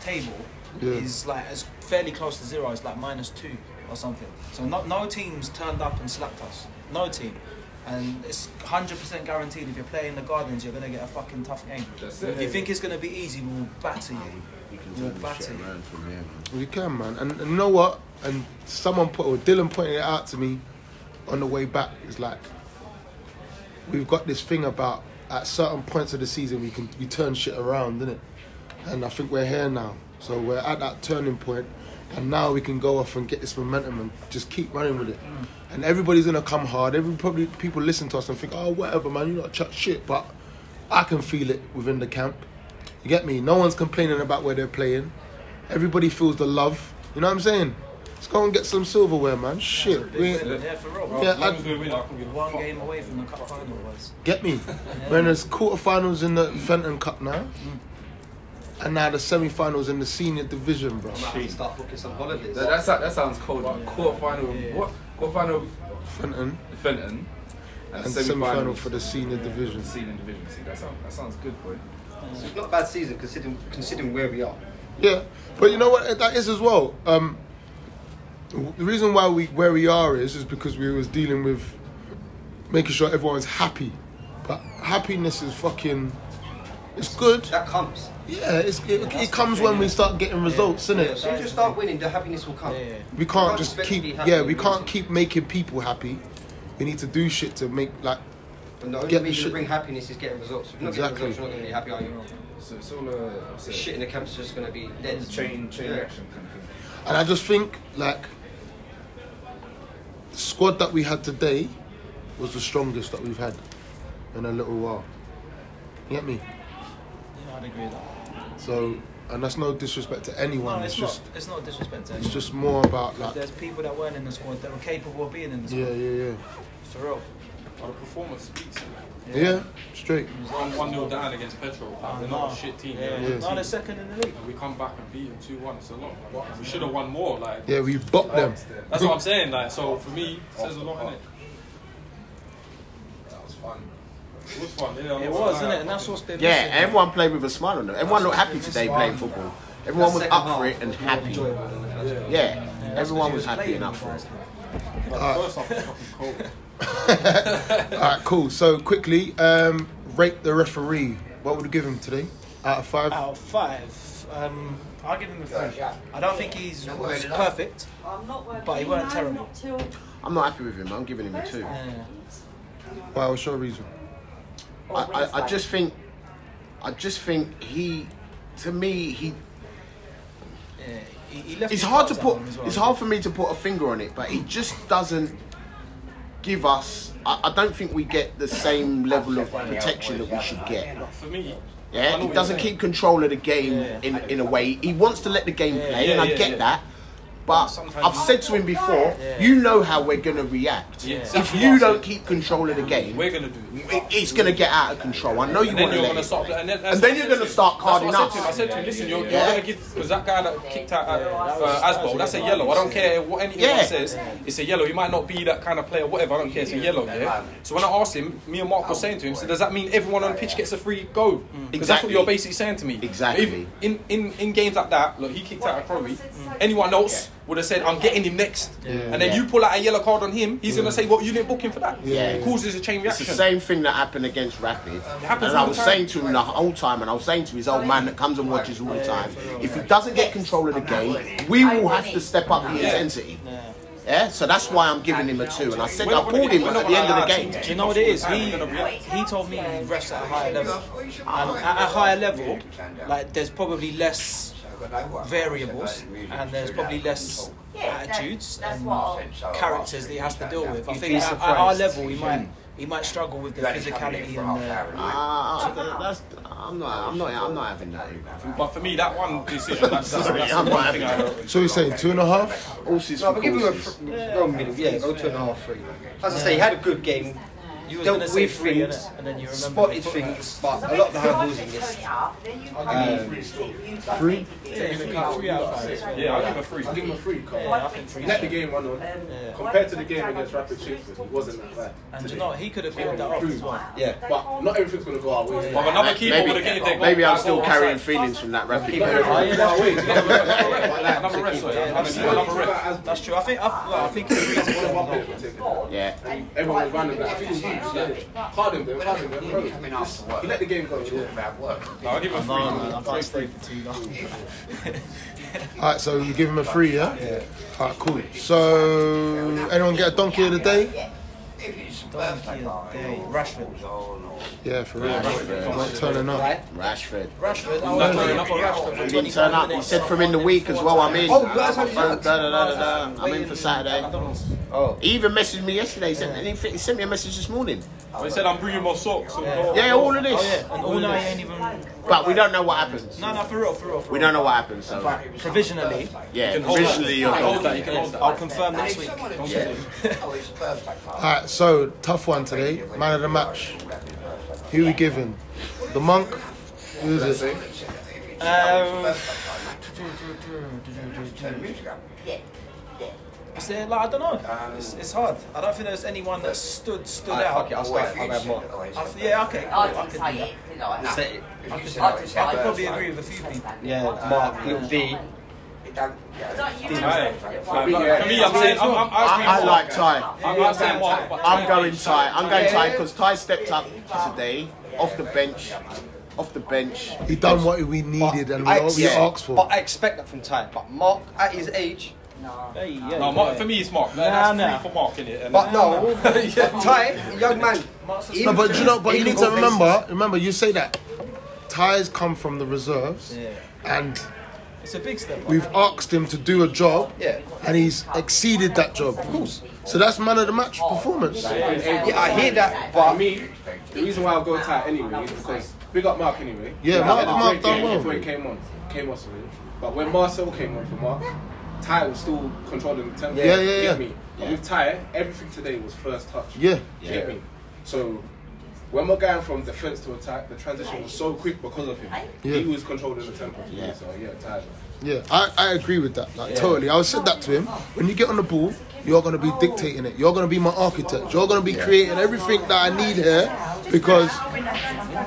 Speaker 5: table
Speaker 3: Yeah.
Speaker 5: is like as fairly close to zero. It's like minus two or something. So no, no teams turned up and slapped us. No team. And it's 100% guaranteed if you're playing the Gardens, you're going to get a fucking tough game.
Speaker 8: That's
Speaker 5: If
Speaker 8: it.
Speaker 5: you think it's going to be easy, we'll batter you. We'll batter you.
Speaker 3: We can, man. And, and you know what? And someone put, or Dylan pointed it out to me on the way back. It's like, we've got this thing about at certain points of the season, we can you turn shit around, innit? And I think we're here now. So we're at that turning point, and now we can go off and get this momentum and just keep running with it. And everybody's gonna come hard. Every probably people listen to us and think, oh, whatever, man, you're not chat shit. But I can feel it within the camp. You get me? No one's complaining about where they're playing. Everybody feels the love. You know what I'm saying? Let's go and get some silverware, man. Shit, we
Speaker 5: Big
Speaker 3: ain't-
Speaker 5: win, Yeah, for real.
Speaker 3: Yeah,
Speaker 2: As long
Speaker 3: I-
Speaker 2: as we win, I can give a
Speaker 5: One
Speaker 2: fuck.
Speaker 5: game away from the cup final was.
Speaker 3: Get me. We're in the quarterfinals in the Fenton Cup now. And now the semi-finals in the senior division, bro.
Speaker 7: Might have to start booking some holidays.
Speaker 8: That, that's, that sounds cold. Like, Quarterfinal. of What? Quarterfinal of
Speaker 3: Fenton
Speaker 8: Fenton.
Speaker 3: and semi-final for the senior division.
Speaker 8: senior division. See, that sounds that sounds good, boy.
Speaker 7: So it's not a bad season considering considering where we are.
Speaker 3: Yeah, but you know what that is as well. Um, w- the reason why we where we are is is because we was dealing with making sure everyone's happy, but happiness is fucking. It's good.
Speaker 7: That comes.
Speaker 3: Yeah, it's, it, it comes when we start getting results, innit?
Speaker 7: As soon as you start winning, the happiness will
Speaker 3: Ah.
Speaker 7: come.
Speaker 3: we
Speaker 7: can't
Speaker 3: can't just
Speaker 7: expect to
Speaker 3: keep
Speaker 7: be happy
Speaker 3: yeah we
Speaker 7: all
Speaker 3: can't
Speaker 7: season.
Speaker 3: keep making people happy we need to do shit to make like
Speaker 7: And the only
Speaker 3: Get the
Speaker 7: way you
Speaker 3: shit-
Speaker 7: can bring happiness is getting results. If you're not
Speaker 3: Exactly.
Speaker 7: getting results, you're not going to be happy, are you?
Speaker 8: So it's all uh,
Speaker 7: The
Speaker 8: upset.
Speaker 7: shit in the camp's just going to be dead.
Speaker 8: Chain, chain
Speaker 7: Yeah.
Speaker 8: reaction kind of thing.
Speaker 3: and i just think like the squad that we had today was the strongest that we've had in a little while you get me
Speaker 5: Yeah, I'd agree with that.
Speaker 3: so and that's no disrespect to anyone
Speaker 5: No,
Speaker 3: it's,
Speaker 5: it's,
Speaker 3: just
Speaker 5: not. It's not disrespect to
Speaker 3: it's
Speaker 5: anyone.
Speaker 3: just more about like
Speaker 5: There's people that weren't in the squad that were capable of being in the squad.
Speaker 3: yeah yeah
Speaker 5: For real.
Speaker 2: But the performance speaks.
Speaker 3: yeah yeah, straight
Speaker 2: One one 0 down against Petrol. Like, they're not a shit team.
Speaker 5: Yeah.
Speaker 2: they're a good
Speaker 5: No,
Speaker 2: team.
Speaker 5: they're second in the league.
Speaker 2: And we come back and beat them two one. It's a lot. Like, we should have won more. Like
Speaker 3: yeah we bopped them
Speaker 2: that's what I'm saying. Like so for me, it says a lot in it.
Speaker 9: That was fun.
Speaker 2: It was fun. Yeah,
Speaker 5: It was, isn't it? And that's what's been
Speaker 1: Yeah,
Speaker 5: missing.
Speaker 1: everyone played with a smile on them. Everyone looked happy today playing football. Everyone was
Speaker 7: Second
Speaker 1: up
Speaker 7: half
Speaker 1: for it and
Speaker 7: was more
Speaker 1: happy.
Speaker 7: enjoyable than the first half.
Speaker 1: Yeah,
Speaker 5: That's
Speaker 1: everyone
Speaker 5: because
Speaker 1: was
Speaker 5: he
Speaker 1: happy
Speaker 5: playing
Speaker 1: and up
Speaker 5: in
Speaker 1: for it.
Speaker 5: first half.
Speaker 2: First off, it's fucking cold.
Speaker 3: all right cool so quickly um rate the referee what would you give him today out of five
Speaker 5: Out of five, um, I'll give him a three. I don't think he's was perfect.
Speaker 10: I'm not working.
Speaker 5: But he weren't
Speaker 10: now,
Speaker 5: terrible.
Speaker 10: Not till
Speaker 1: I'm not happy with him. I'm giving him a two.
Speaker 5: Yeah.
Speaker 3: Wow, what's your reason?
Speaker 1: I, I, I just think, I just think he, to me, he.
Speaker 5: Yeah. He, he left
Speaker 1: It's
Speaker 5: his
Speaker 1: hard to
Speaker 5: cards at
Speaker 1: put.
Speaker 5: home as well.
Speaker 1: It's hard for me to put a finger on it, but he just doesn't give us. I, I don't think we get the same level of protection that we should get.
Speaker 2: For me, I know
Speaker 1: Yeah,
Speaker 2: what
Speaker 1: he
Speaker 2: you're
Speaker 1: doesn't
Speaker 2: saying.
Speaker 1: keep control of the game
Speaker 5: Yeah.
Speaker 1: in in a way. He wants to let the game play,
Speaker 2: yeah,
Speaker 1: and I
Speaker 2: yeah,
Speaker 1: get
Speaker 2: yeah.
Speaker 1: that. But
Speaker 2: Sometimes-
Speaker 1: I've said to him before,
Speaker 5: Yeah.
Speaker 1: you know how we're gonna react.
Speaker 2: Yeah.
Speaker 1: If you don't keep control of the game,
Speaker 2: We're gonna do it.
Speaker 1: it- it's gonna get out of control. I know you
Speaker 2: And then
Speaker 1: want to
Speaker 2: you're
Speaker 1: let
Speaker 2: gonna
Speaker 1: it.
Speaker 2: start, and then,
Speaker 1: And then you're gonna start carding
Speaker 2: that's what
Speaker 1: us.
Speaker 2: I said to him. I said to him, listen, you're,
Speaker 1: Yeah.
Speaker 2: you're gonna give because that guy that kicked out at, uh, Asbo, that's a yellow. I don't care what anyone
Speaker 1: Yeah.
Speaker 2: says. It's a yellow. He might not be that kind of player, whatever. I don't care. It's a yellow. Yeah. So when I asked him, me and Mark were saying to him, so does that mean everyone on the pitch gets a free go? Because that's
Speaker 1: Exactly.
Speaker 2: what you're basically saying to me.
Speaker 1: Exactly.
Speaker 2: If- in, in in games like that, look, he kicked out at Crowley. Anyone else would have said, I'm getting him next. And then
Speaker 1: Yeah. Mm.
Speaker 2: you pull out a yellow card on him. He's gonna say, what you didn't book him for that.
Speaker 1: Yeah.
Speaker 2: It causes a chain
Speaker 1: It's the
Speaker 2: reaction.
Speaker 1: same thing that happened against Rapid. And
Speaker 2: happens
Speaker 1: I
Speaker 2: all
Speaker 1: was
Speaker 2: the time.
Speaker 1: saying to him the whole time, and I was saying to his old man that comes and watches all the time, if he doesn't get control of the game, we will have to step up the intensity. Yeah, so that's why I'm giving him a two. And I said I pulled him at the end of the game.
Speaker 5: Do you know what it is? He he told me he refs at a higher level. And at a higher level, like there's probably less variables and there's probably less attitudes
Speaker 10: that's
Speaker 5: and
Speaker 10: what I'll-
Speaker 5: characters that he has to deal with. I
Speaker 1: be
Speaker 5: think at, at
Speaker 1: surprised.
Speaker 5: our level, he might he might struggle with the physicality and the.
Speaker 1: Ah, that's, I'm not, I'm not, I'm not having that.
Speaker 2: But for me, that one decision, that's, that's, that's the one thing I wrote.
Speaker 3: So you're saying two and a half?
Speaker 1: Horses
Speaker 7: No,
Speaker 1: for
Speaker 7: but give him a
Speaker 1: courses.
Speaker 7: fr- no, middle. Yeah, go two and a half, three. As I say, he had a good game.
Speaker 5: You was
Speaker 7: Dealt
Speaker 5: gonna say
Speaker 7: with
Speaker 5: three,
Speaker 7: things,
Speaker 5: innit? and then you remember
Speaker 7: Spotted things, but a lot of the high balls in this.
Speaker 10: Three.
Speaker 2: Yeah, I'll give a free.
Speaker 9: I'll give him a free card.
Speaker 5: Yeah, I think three.
Speaker 9: Let the
Speaker 10: um,
Speaker 9: game run on. Compared to the game against Rapid Sheffield, it wasn't that bad.
Speaker 5: And do you know what? he could have cleared that off as well.
Speaker 7: Yeah.
Speaker 9: But not everything's going to go our way.
Speaker 2: But another keeper would have given
Speaker 1: Maybe,
Speaker 2: their
Speaker 1: maybe
Speaker 2: goal
Speaker 1: I'm
Speaker 2: back
Speaker 1: still
Speaker 2: on
Speaker 1: carrying
Speaker 2: side.
Speaker 1: feelings from that Rapid
Speaker 9: Not everything
Speaker 1: penalty.
Speaker 9: will go our way.
Speaker 2: Another ref, sorry. Another ref.
Speaker 5: That's true. I think I, well, I think it's reasonable.
Speaker 1: Yeah.
Speaker 9: Everyone was running back. Card him, then card him, then throw him. Just- He let the game go. yeah.
Speaker 2: I'll give a free.
Speaker 5: No, man, I can't stay for too long.
Speaker 3: All right, so you give him a three, yeah? Yeah. All right, cool. So anyone get a donkey of the day?
Speaker 5: Donkey of the day. Rashford.
Speaker 3: Yeah, for real. Not turning up.
Speaker 5: Right?
Speaker 1: Rashford.
Speaker 5: Rashford. I was turning up for Rashford for
Speaker 1: He didn't
Speaker 5: 25
Speaker 1: turn up. He
Speaker 5: minutes.
Speaker 1: said from in the week as well. I'm in.
Speaker 7: Oh, that's what he
Speaker 1: Da,
Speaker 7: said.
Speaker 1: da, da, da, da. I'm in for Saturday.
Speaker 7: Oh.
Speaker 1: He even messaged me yesterday. Said, and he, fi- he sent me a message this morning.
Speaker 2: But he said, I'm bringing my socks. So no.
Speaker 1: Yeah, all of
Speaker 5: Oh yeah,
Speaker 1: this.
Speaker 5: and all I ain't even. No,
Speaker 1: But we don't know what happens.
Speaker 5: no, for real, for real. For
Speaker 1: We
Speaker 5: real.
Speaker 1: don't know what happens. So
Speaker 5: Provisionally,
Speaker 1: yeah,
Speaker 2: You can hold that.
Speaker 1: originally
Speaker 2: You
Speaker 1: you're
Speaker 2: can hold that.
Speaker 1: going.
Speaker 2: You can hold that.
Speaker 5: I'll confirm next week.
Speaker 3: All right, so tough one today. Man of the match. Who we giving? The monk? Who is it?
Speaker 5: Um, It's there, like, I don't know. it's, it's hard. I don't think there's anyone that stood stood
Speaker 10: Alright,
Speaker 5: out.
Speaker 10: fuck it, I'll start. I'll have more.
Speaker 5: I, yeah, okay. cool, I can do that.
Speaker 10: Say- if you say
Speaker 5: I
Speaker 10: it,
Speaker 5: could, I could probably agree with a few people.
Speaker 10: Yeah,
Speaker 1: Uh,
Speaker 10: Mark, little D.
Speaker 2: For me, I'm saying I'm, I'm, I'm,
Speaker 1: I like Ty.
Speaker 2: I'm, I'm saying Mark. but
Speaker 1: I'm going Ty. I'm going Ty because Ty stepped up today off the bench. Off the bench.
Speaker 3: He done what we needed and
Speaker 1: I-
Speaker 3: what we
Speaker 1: yeah,
Speaker 3: asked
Speaker 10: But
Speaker 3: for.
Speaker 10: I expect that from Ty. But Mark, at his age,
Speaker 5: Hey, yeah,
Speaker 2: No, Mark, for me, it's Mark. No, that's
Speaker 5: Nah, nah.
Speaker 2: three for Mark, innit? And
Speaker 10: but no,
Speaker 1: Yeah.
Speaker 10: Ty, young man.
Speaker 3: No, but you know, but you
Speaker 10: even
Speaker 3: need to
Speaker 10: go basis.
Speaker 3: remember. Remember, you say that Ty's come from the reserves, and
Speaker 5: it's a big step. up.
Speaker 3: we've asked him to do a job,
Speaker 10: Yeah.
Speaker 3: and he's exceeded that job. Of course. So that's man of the match performance.
Speaker 10: Yeah, I hear that,
Speaker 9: For
Speaker 10: but
Speaker 9: me, the reason why I'll go tight anyway is because big up Mark anyway.
Speaker 3: Yeah, Mark-
Speaker 9: had a
Speaker 3: Mark
Speaker 9: great
Speaker 3: done
Speaker 9: game
Speaker 3: well.
Speaker 9: Before he came on, came on, sorry. But when Marcel came on for Mark, Ty was still controlling the tempo.
Speaker 3: Yeah, yeah, yeah.
Speaker 9: Get me. But with Ty, everything today was first touch.
Speaker 3: Yeah.
Speaker 9: Get me. So. When we're going from defense to attack, the transition was so quick because of him.
Speaker 3: Yeah.
Speaker 9: He was controlling the tempo. Yeah. So yeah, Ty.
Speaker 3: Yeah, I, I agree with that. Like totally. I said that to him. When you get on the ball, you're gonna be dictating it. You're gonna be my architect. You're gonna be creating everything that I need here because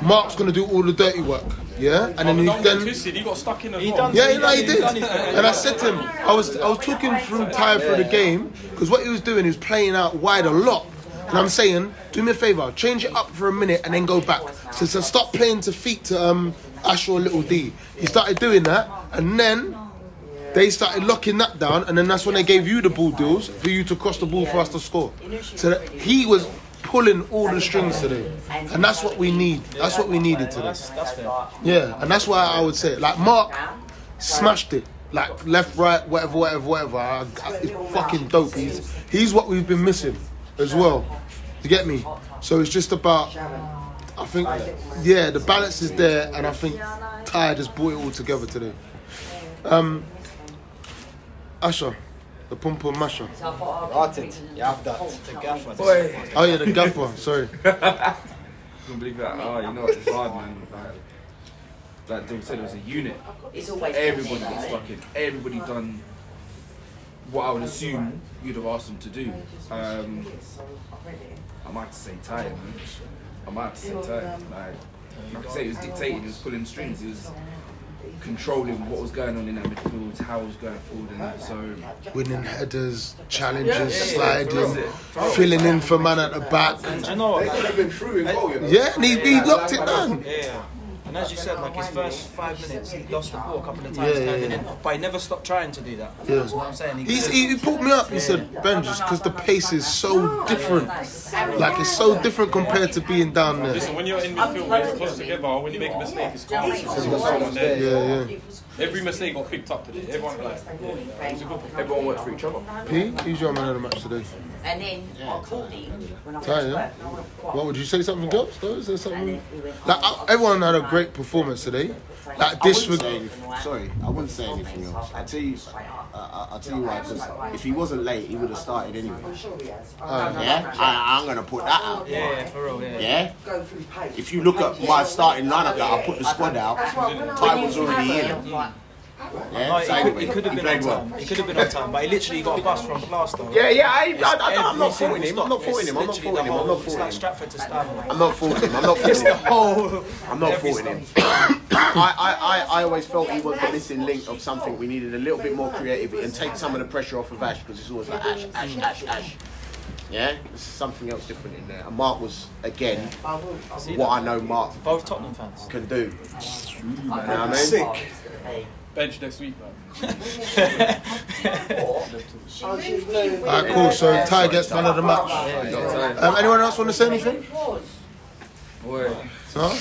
Speaker 3: Mark's gonna do all the dirty work. Yeah? And then
Speaker 2: then,
Speaker 3: he
Speaker 2: don't get
Speaker 3: then
Speaker 2: twisted. He got stuck in as
Speaker 5: He
Speaker 2: well.
Speaker 5: done-
Speaker 3: yeah, you know he did.
Speaker 5: done his thing.
Speaker 3: And I said to him, I was I was talking through time through the game because what he was doing, he was playing out wide a lot. And I'm saying, do me a favor, change it up for a minute and then go back. So, so stop playing to feet to um Ashur Little D. He started doing that, and then they started locking that down, and then that's when they gave you the ball deals for you to cross the ball for us to score. So that he was pulling all the strings today, and that's what we need. That's what we needed today.
Speaker 5: That's, that's fair.
Speaker 3: Yeah, and that's why I would say it. Like Mark smashed it. Like left, right, whatever, whatever, whatever. I, I, it's fucking dope. He's he's what we've been missing as well. You get me? So it's just about. I think yeah, the balance is there, and I think Ty just brought it all together today. Um, Asher, the pum pum masher.
Speaker 10: Arted. Yeah, I've done.
Speaker 5: The gaffer.
Speaker 3: Oh yeah, the gaffer. Sorry.
Speaker 8: Couldn't believe that. Oh, you know, it's hard, man. Like, like Dave said, it was a unit. Everybody got stuck in. Everybody done what I would assume you'd have asked them to do. Um, I might have to say tired, man. I might have to say tired. Like, like I say, it was dictating, it was pulling strings, it was controlling what was going on in that midfield, how it was going forward and that. So,
Speaker 3: Winning headers, challenges, sliding,
Speaker 8: yeah.
Speaker 3: filling in for man at the back.
Speaker 5: I know.
Speaker 9: They could have been through in goal, you know.
Speaker 3: Yeah, and he, he locked it down.
Speaker 5: Yeah. And as you said, like his first five minutes, he lost the ball a couple of times,
Speaker 3: Yeah, yeah,
Speaker 5: standing
Speaker 3: yeah.
Speaker 5: in, but he never stopped trying to do that.
Speaker 3: Yeah.
Speaker 5: That's what I'm saying. He
Speaker 3: He's,
Speaker 5: could-
Speaker 3: he, he pulled me up. He said, "Ben, just because the pace is so different, like it's so different compared to being down there."
Speaker 2: Listen, when you're in midfield, when you're close together, when you make a mistake, it's calm. Because you've got someone there.
Speaker 3: Yeah, yeah.
Speaker 2: Every mistake got picked up today. Everyone like, yeah, it was a good performance.
Speaker 8: everyone worked for each other.
Speaker 3: P, who's your man of the match today?
Speaker 11: And then I called him when I was
Speaker 3: Tired, yeah?
Speaker 11: at work,
Speaker 3: What would you say? Something else? Though? Is there something? Like I- everyone had a great performance today. Like
Speaker 1: I wouldn't say
Speaker 3: disregard.
Speaker 1: anything- Sorry, I wouldn't say anything else. I tell you, uh, I- I'll tell you why. Because if he wasn't late, he would have started anyway.
Speaker 2: Oh,
Speaker 1: Uh, yeah, I, I'm gonna put that out.
Speaker 5: Yeah, yeah, for real. Yeah.
Speaker 1: Yeah. If you look at my starting lineup that I put the squad out, Ty was already in.
Speaker 5: No,
Speaker 1: Yeah,
Speaker 5: it,
Speaker 1: so
Speaker 5: could,
Speaker 1: anyway,
Speaker 5: it could have
Speaker 1: he
Speaker 5: been on
Speaker 1: played well.
Speaker 5: time. It could have been on time, but he literally got a bus from Glasgow.
Speaker 1: Yeah, yeah, I, I, I, I'm
Speaker 5: Every
Speaker 1: not
Speaker 5: single
Speaker 1: faulting him.
Speaker 5: stop.
Speaker 1: I'm not faulting
Speaker 5: It's
Speaker 1: him. I'm not
Speaker 5: literally the
Speaker 1: faulting him. I'm
Speaker 5: whole-
Speaker 1: not
Speaker 5: It's
Speaker 1: faulting
Speaker 5: like
Speaker 1: him.
Speaker 5: Stratford to Stafford.
Speaker 1: I'm not faulting him. I'm not faulting him.
Speaker 5: Oh,
Speaker 1: I'm not
Speaker 5: Every
Speaker 1: faulting him. I, I, I, I always felt he was the missing link of something. We needed a little bit more creativity and take some of the pressure off of Ash because it's always like Ash, Ash, Ash, Ash. Yeah, there's something else different in there. And Mark was again what I know Mark
Speaker 5: both Tottenham fans.
Speaker 1: can do. You know what I mean? Sick.
Speaker 2: Bench next week, man.
Speaker 3: Alright, cool. So Ty gets man of the match.
Speaker 9: Uh,
Speaker 3: Um, anyone else want to say anything?
Speaker 8: Boy,
Speaker 3: No.
Speaker 5: Good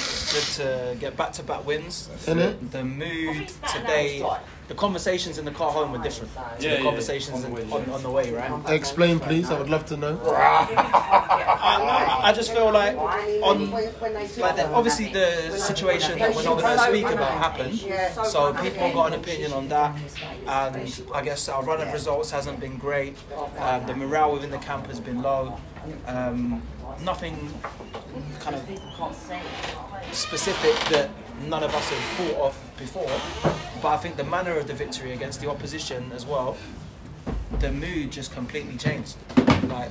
Speaker 5: to get back to back wins.
Speaker 3: Innit?
Speaker 5: The mood today, the conversations in the car home were different. to
Speaker 2: Yeah,
Speaker 5: the
Speaker 2: yeah,
Speaker 5: conversations
Speaker 2: on the
Speaker 5: on,
Speaker 2: way,
Speaker 5: on,
Speaker 2: yeah.
Speaker 5: on the way, right?
Speaker 3: Explain, please. I would love to know.
Speaker 5: I, I just feel like on like the, obviously the situation that we're not going to speak about happened, so people got an opinion on that, and I guess our run of results hasn't been great. Um, the morale within the camp has been low. Um, nothing kind of specific that none of us have thought of before, but I think the manner of the victory against the opposition as well the mood just completely changed. Like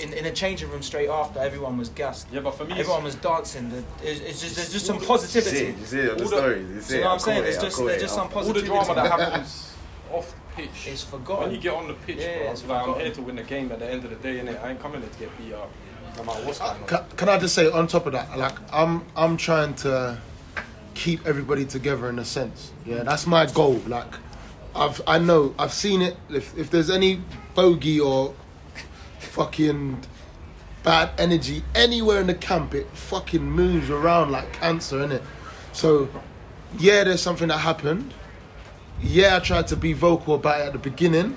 Speaker 5: in, in a changing room straight after, everyone was gassed. Yeah, but for
Speaker 2: me-
Speaker 5: everyone was dancing. The, it's, it's just there's just some positivity.
Speaker 2: It's it, it's it,
Speaker 5: All
Speaker 2: the stories, it's
Speaker 5: so
Speaker 2: it,
Speaker 5: You know what
Speaker 2: I
Speaker 5: I'm saying?
Speaker 2: call it,
Speaker 5: There's
Speaker 2: I
Speaker 5: just
Speaker 2: call
Speaker 5: there's
Speaker 2: it,
Speaker 5: just
Speaker 2: I
Speaker 5: some
Speaker 2: call it. All
Speaker 5: positivity.
Speaker 2: the drama that happens off pitch.
Speaker 5: It's forgotten.
Speaker 2: When you get on the pitch,
Speaker 5: Yeah,
Speaker 2: bro,
Speaker 5: it's
Speaker 2: like, I'm
Speaker 5: forgotten.
Speaker 2: here to win the game at the end of the day, innit? I ain't coming here to get beat up. No matter what's going on.
Speaker 3: Can, Uh, can I just say on top of that, like I'm I'm trying to keep everybody together in a sense. Yeah, that's my goal. Like I've I know I've seen it. If if there's any bogey or fucking bad energy anywhere in the camp, it fucking moves around like cancer, innit? So yeah, there's something that happened. Yeah, I tried to be vocal about it at the beginning.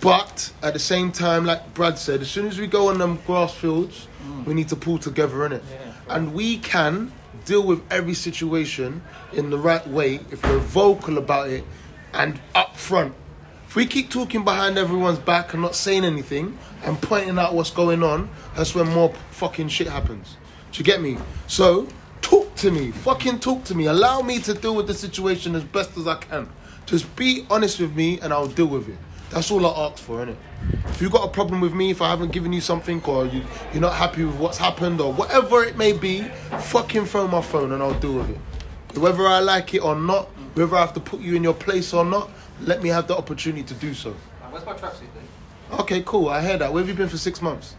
Speaker 3: But at the same time, like Brad said, as soon as we go on them grass fields, we need to pull together in it, and we can deal with every situation in the right way if we're vocal about it and up front. If we keep talking behind everyone's back and not saying anything and pointing out what's going on, that's when more fucking shit happens. Do you get me? So talk to me, fucking talk to me. Allow me to deal with the situation as best as I can. Just be honest with me, and I'll deal with it. That's all I asked for, innit? If you got a problem with me, if I haven't given you something, or you, you're not happy with what's happened, or whatever it may be, fucking throw my phone and I'll deal with it. Whether I like it or not, whether I have to put you in your place or not, let me have the opportunity to do so.
Speaker 7: Where's my tracksuit then?
Speaker 3: Okay, cool. I hear that. Where have you been for six months?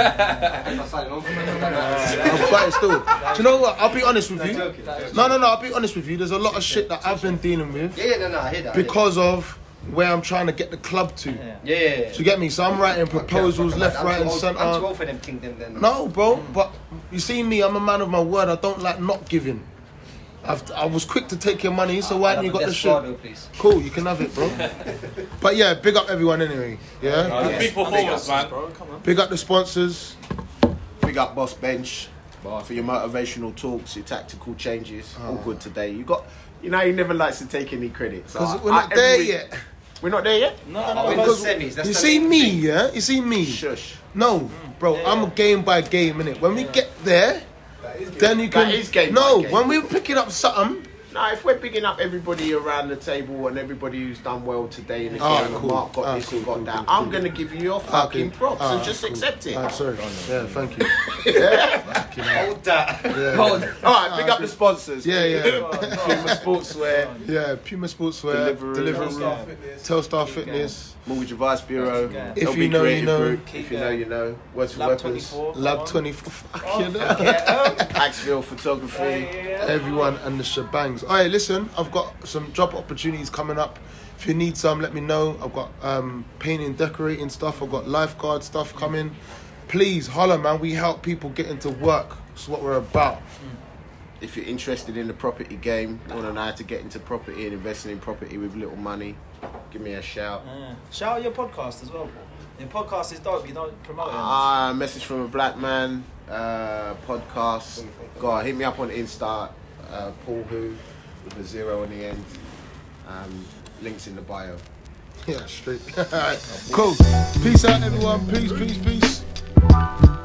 Speaker 7: I'm signing on for
Speaker 3: I'm quiet still. Do you know what? I'll be honest with you.
Speaker 7: joking, that's joking.
Speaker 3: No, no, no. I'll be honest with you. There's a lot of shit that I've been dealing with
Speaker 7: Yeah, yeah, no, no, I hear that. I hear
Speaker 3: because of where I'm trying to get the club to.
Speaker 7: that. yeah, yeah, yeah.
Speaker 3: Do you get me? So I'm writing proposals
Speaker 7: I'm
Speaker 3: left,
Speaker 7: too
Speaker 3: right, and
Speaker 7: old-
Speaker 3: centre.
Speaker 7: I'm too old for them thing then. then.
Speaker 3: No, bro. But you see me, I'm a man of my word. I don't like not giving. I've, I was quick to take your money, so why
Speaker 7: I'll
Speaker 3: haven't you
Speaker 7: have a
Speaker 3: got the
Speaker 7: Desperado,
Speaker 3: shit?
Speaker 7: please.
Speaker 3: Cool, you can have it, bro. but yeah, big up everyone anyway. Yeah.
Speaker 7: Oh,
Speaker 1: Big performance, man.
Speaker 3: Big up the sponsors.
Speaker 1: Big up Boss Bench for your motivational talks, your tactical changes.
Speaker 3: Oh.
Speaker 1: All good today. You got, you know, he never likes to take any credit. So
Speaker 3: 'Cause
Speaker 1: I-
Speaker 3: we're
Speaker 1: I-
Speaker 3: not there
Speaker 1: every week-
Speaker 3: yet. Mm.
Speaker 1: We're not there yet.
Speaker 5: No,
Speaker 7: no, We're
Speaker 3: Because
Speaker 7: the semis, that's
Speaker 3: you
Speaker 7: the
Speaker 3: see
Speaker 7: main
Speaker 3: me, yeah. You see me.
Speaker 1: Shush.
Speaker 3: No, bro. I'm a game by game innit? When we get there, then you can.
Speaker 1: That is game
Speaker 3: no,
Speaker 1: by game.
Speaker 3: when we're picking up something,
Speaker 1: No, if we're picking up everybody around the table and everybody who's done well today in the
Speaker 3: Ah,
Speaker 1: game, and
Speaker 3: cool.
Speaker 1: Mark got
Speaker 3: Ah,
Speaker 1: this
Speaker 3: cool,
Speaker 1: and got
Speaker 3: cool,
Speaker 1: that,
Speaker 3: cool,
Speaker 1: I'm
Speaker 3: cool.
Speaker 1: gonna give you your fucking
Speaker 3: Okay.
Speaker 1: props
Speaker 3: Ah,
Speaker 1: and just
Speaker 3: cool.
Speaker 1: accept it.
Speaker 3: Ah, sorry. Yeah, thank you.
Speaker 7: Hold that.
Speaker 3: Yeah.
Speaker 1: All right, pick up the sponsors.
Speaker 3: Yeah, yeah.
Speaker 1: Puma Sportswear,
Speaker 3: Yeah, Puma Sportswear,
Speaker 1: Deliveroo.
Speaker 3: Delivery
Speaker 1: Telstar
Speaker 3: Room, Telstar Fitness,
Speaker 1: Mortgage Advice Bureau,
Speaker 3: If
Speaker 1: LB
Speaker 3: you know, you
Speaker 1: Creative
Speaker 3: know.
Speaker 1: Group, if you know, you know, Words for
Speaker 5: Lab
Speaker 1: Weapons,
Speaker 5: 24.
Speaker 3: Lab 24, fuck
Speaker 1: Oh,
Speaker 3: you know.
Speaker 1: Axville Photography.
Speaker 3: everyone and the shebangs. All right, listen, I've got some job opportunities coming up. If you need some, let me know. I've got um, painting, decorating stuff. I've got lifeguard stuff coming. Please holler, man. We help people get into work. It's what we're about.
Speaker 1: If you're interested in the property game, want to know how to get into property and investing in property with little money, give me a shout.
Speaker 5: Yeah. Shout out your podcast as well. Paul. Your podcast is dope. You don't promote it.
Speaker 1: Ah, message from a black man uh, podcast. God, hit me up on Insta, uh, Paul Who, with a zero on the end. Um, links in the bio.
Speaker 3: Yeah, straight. All right, cool. Peace out, everyone. Peace, peace, peace.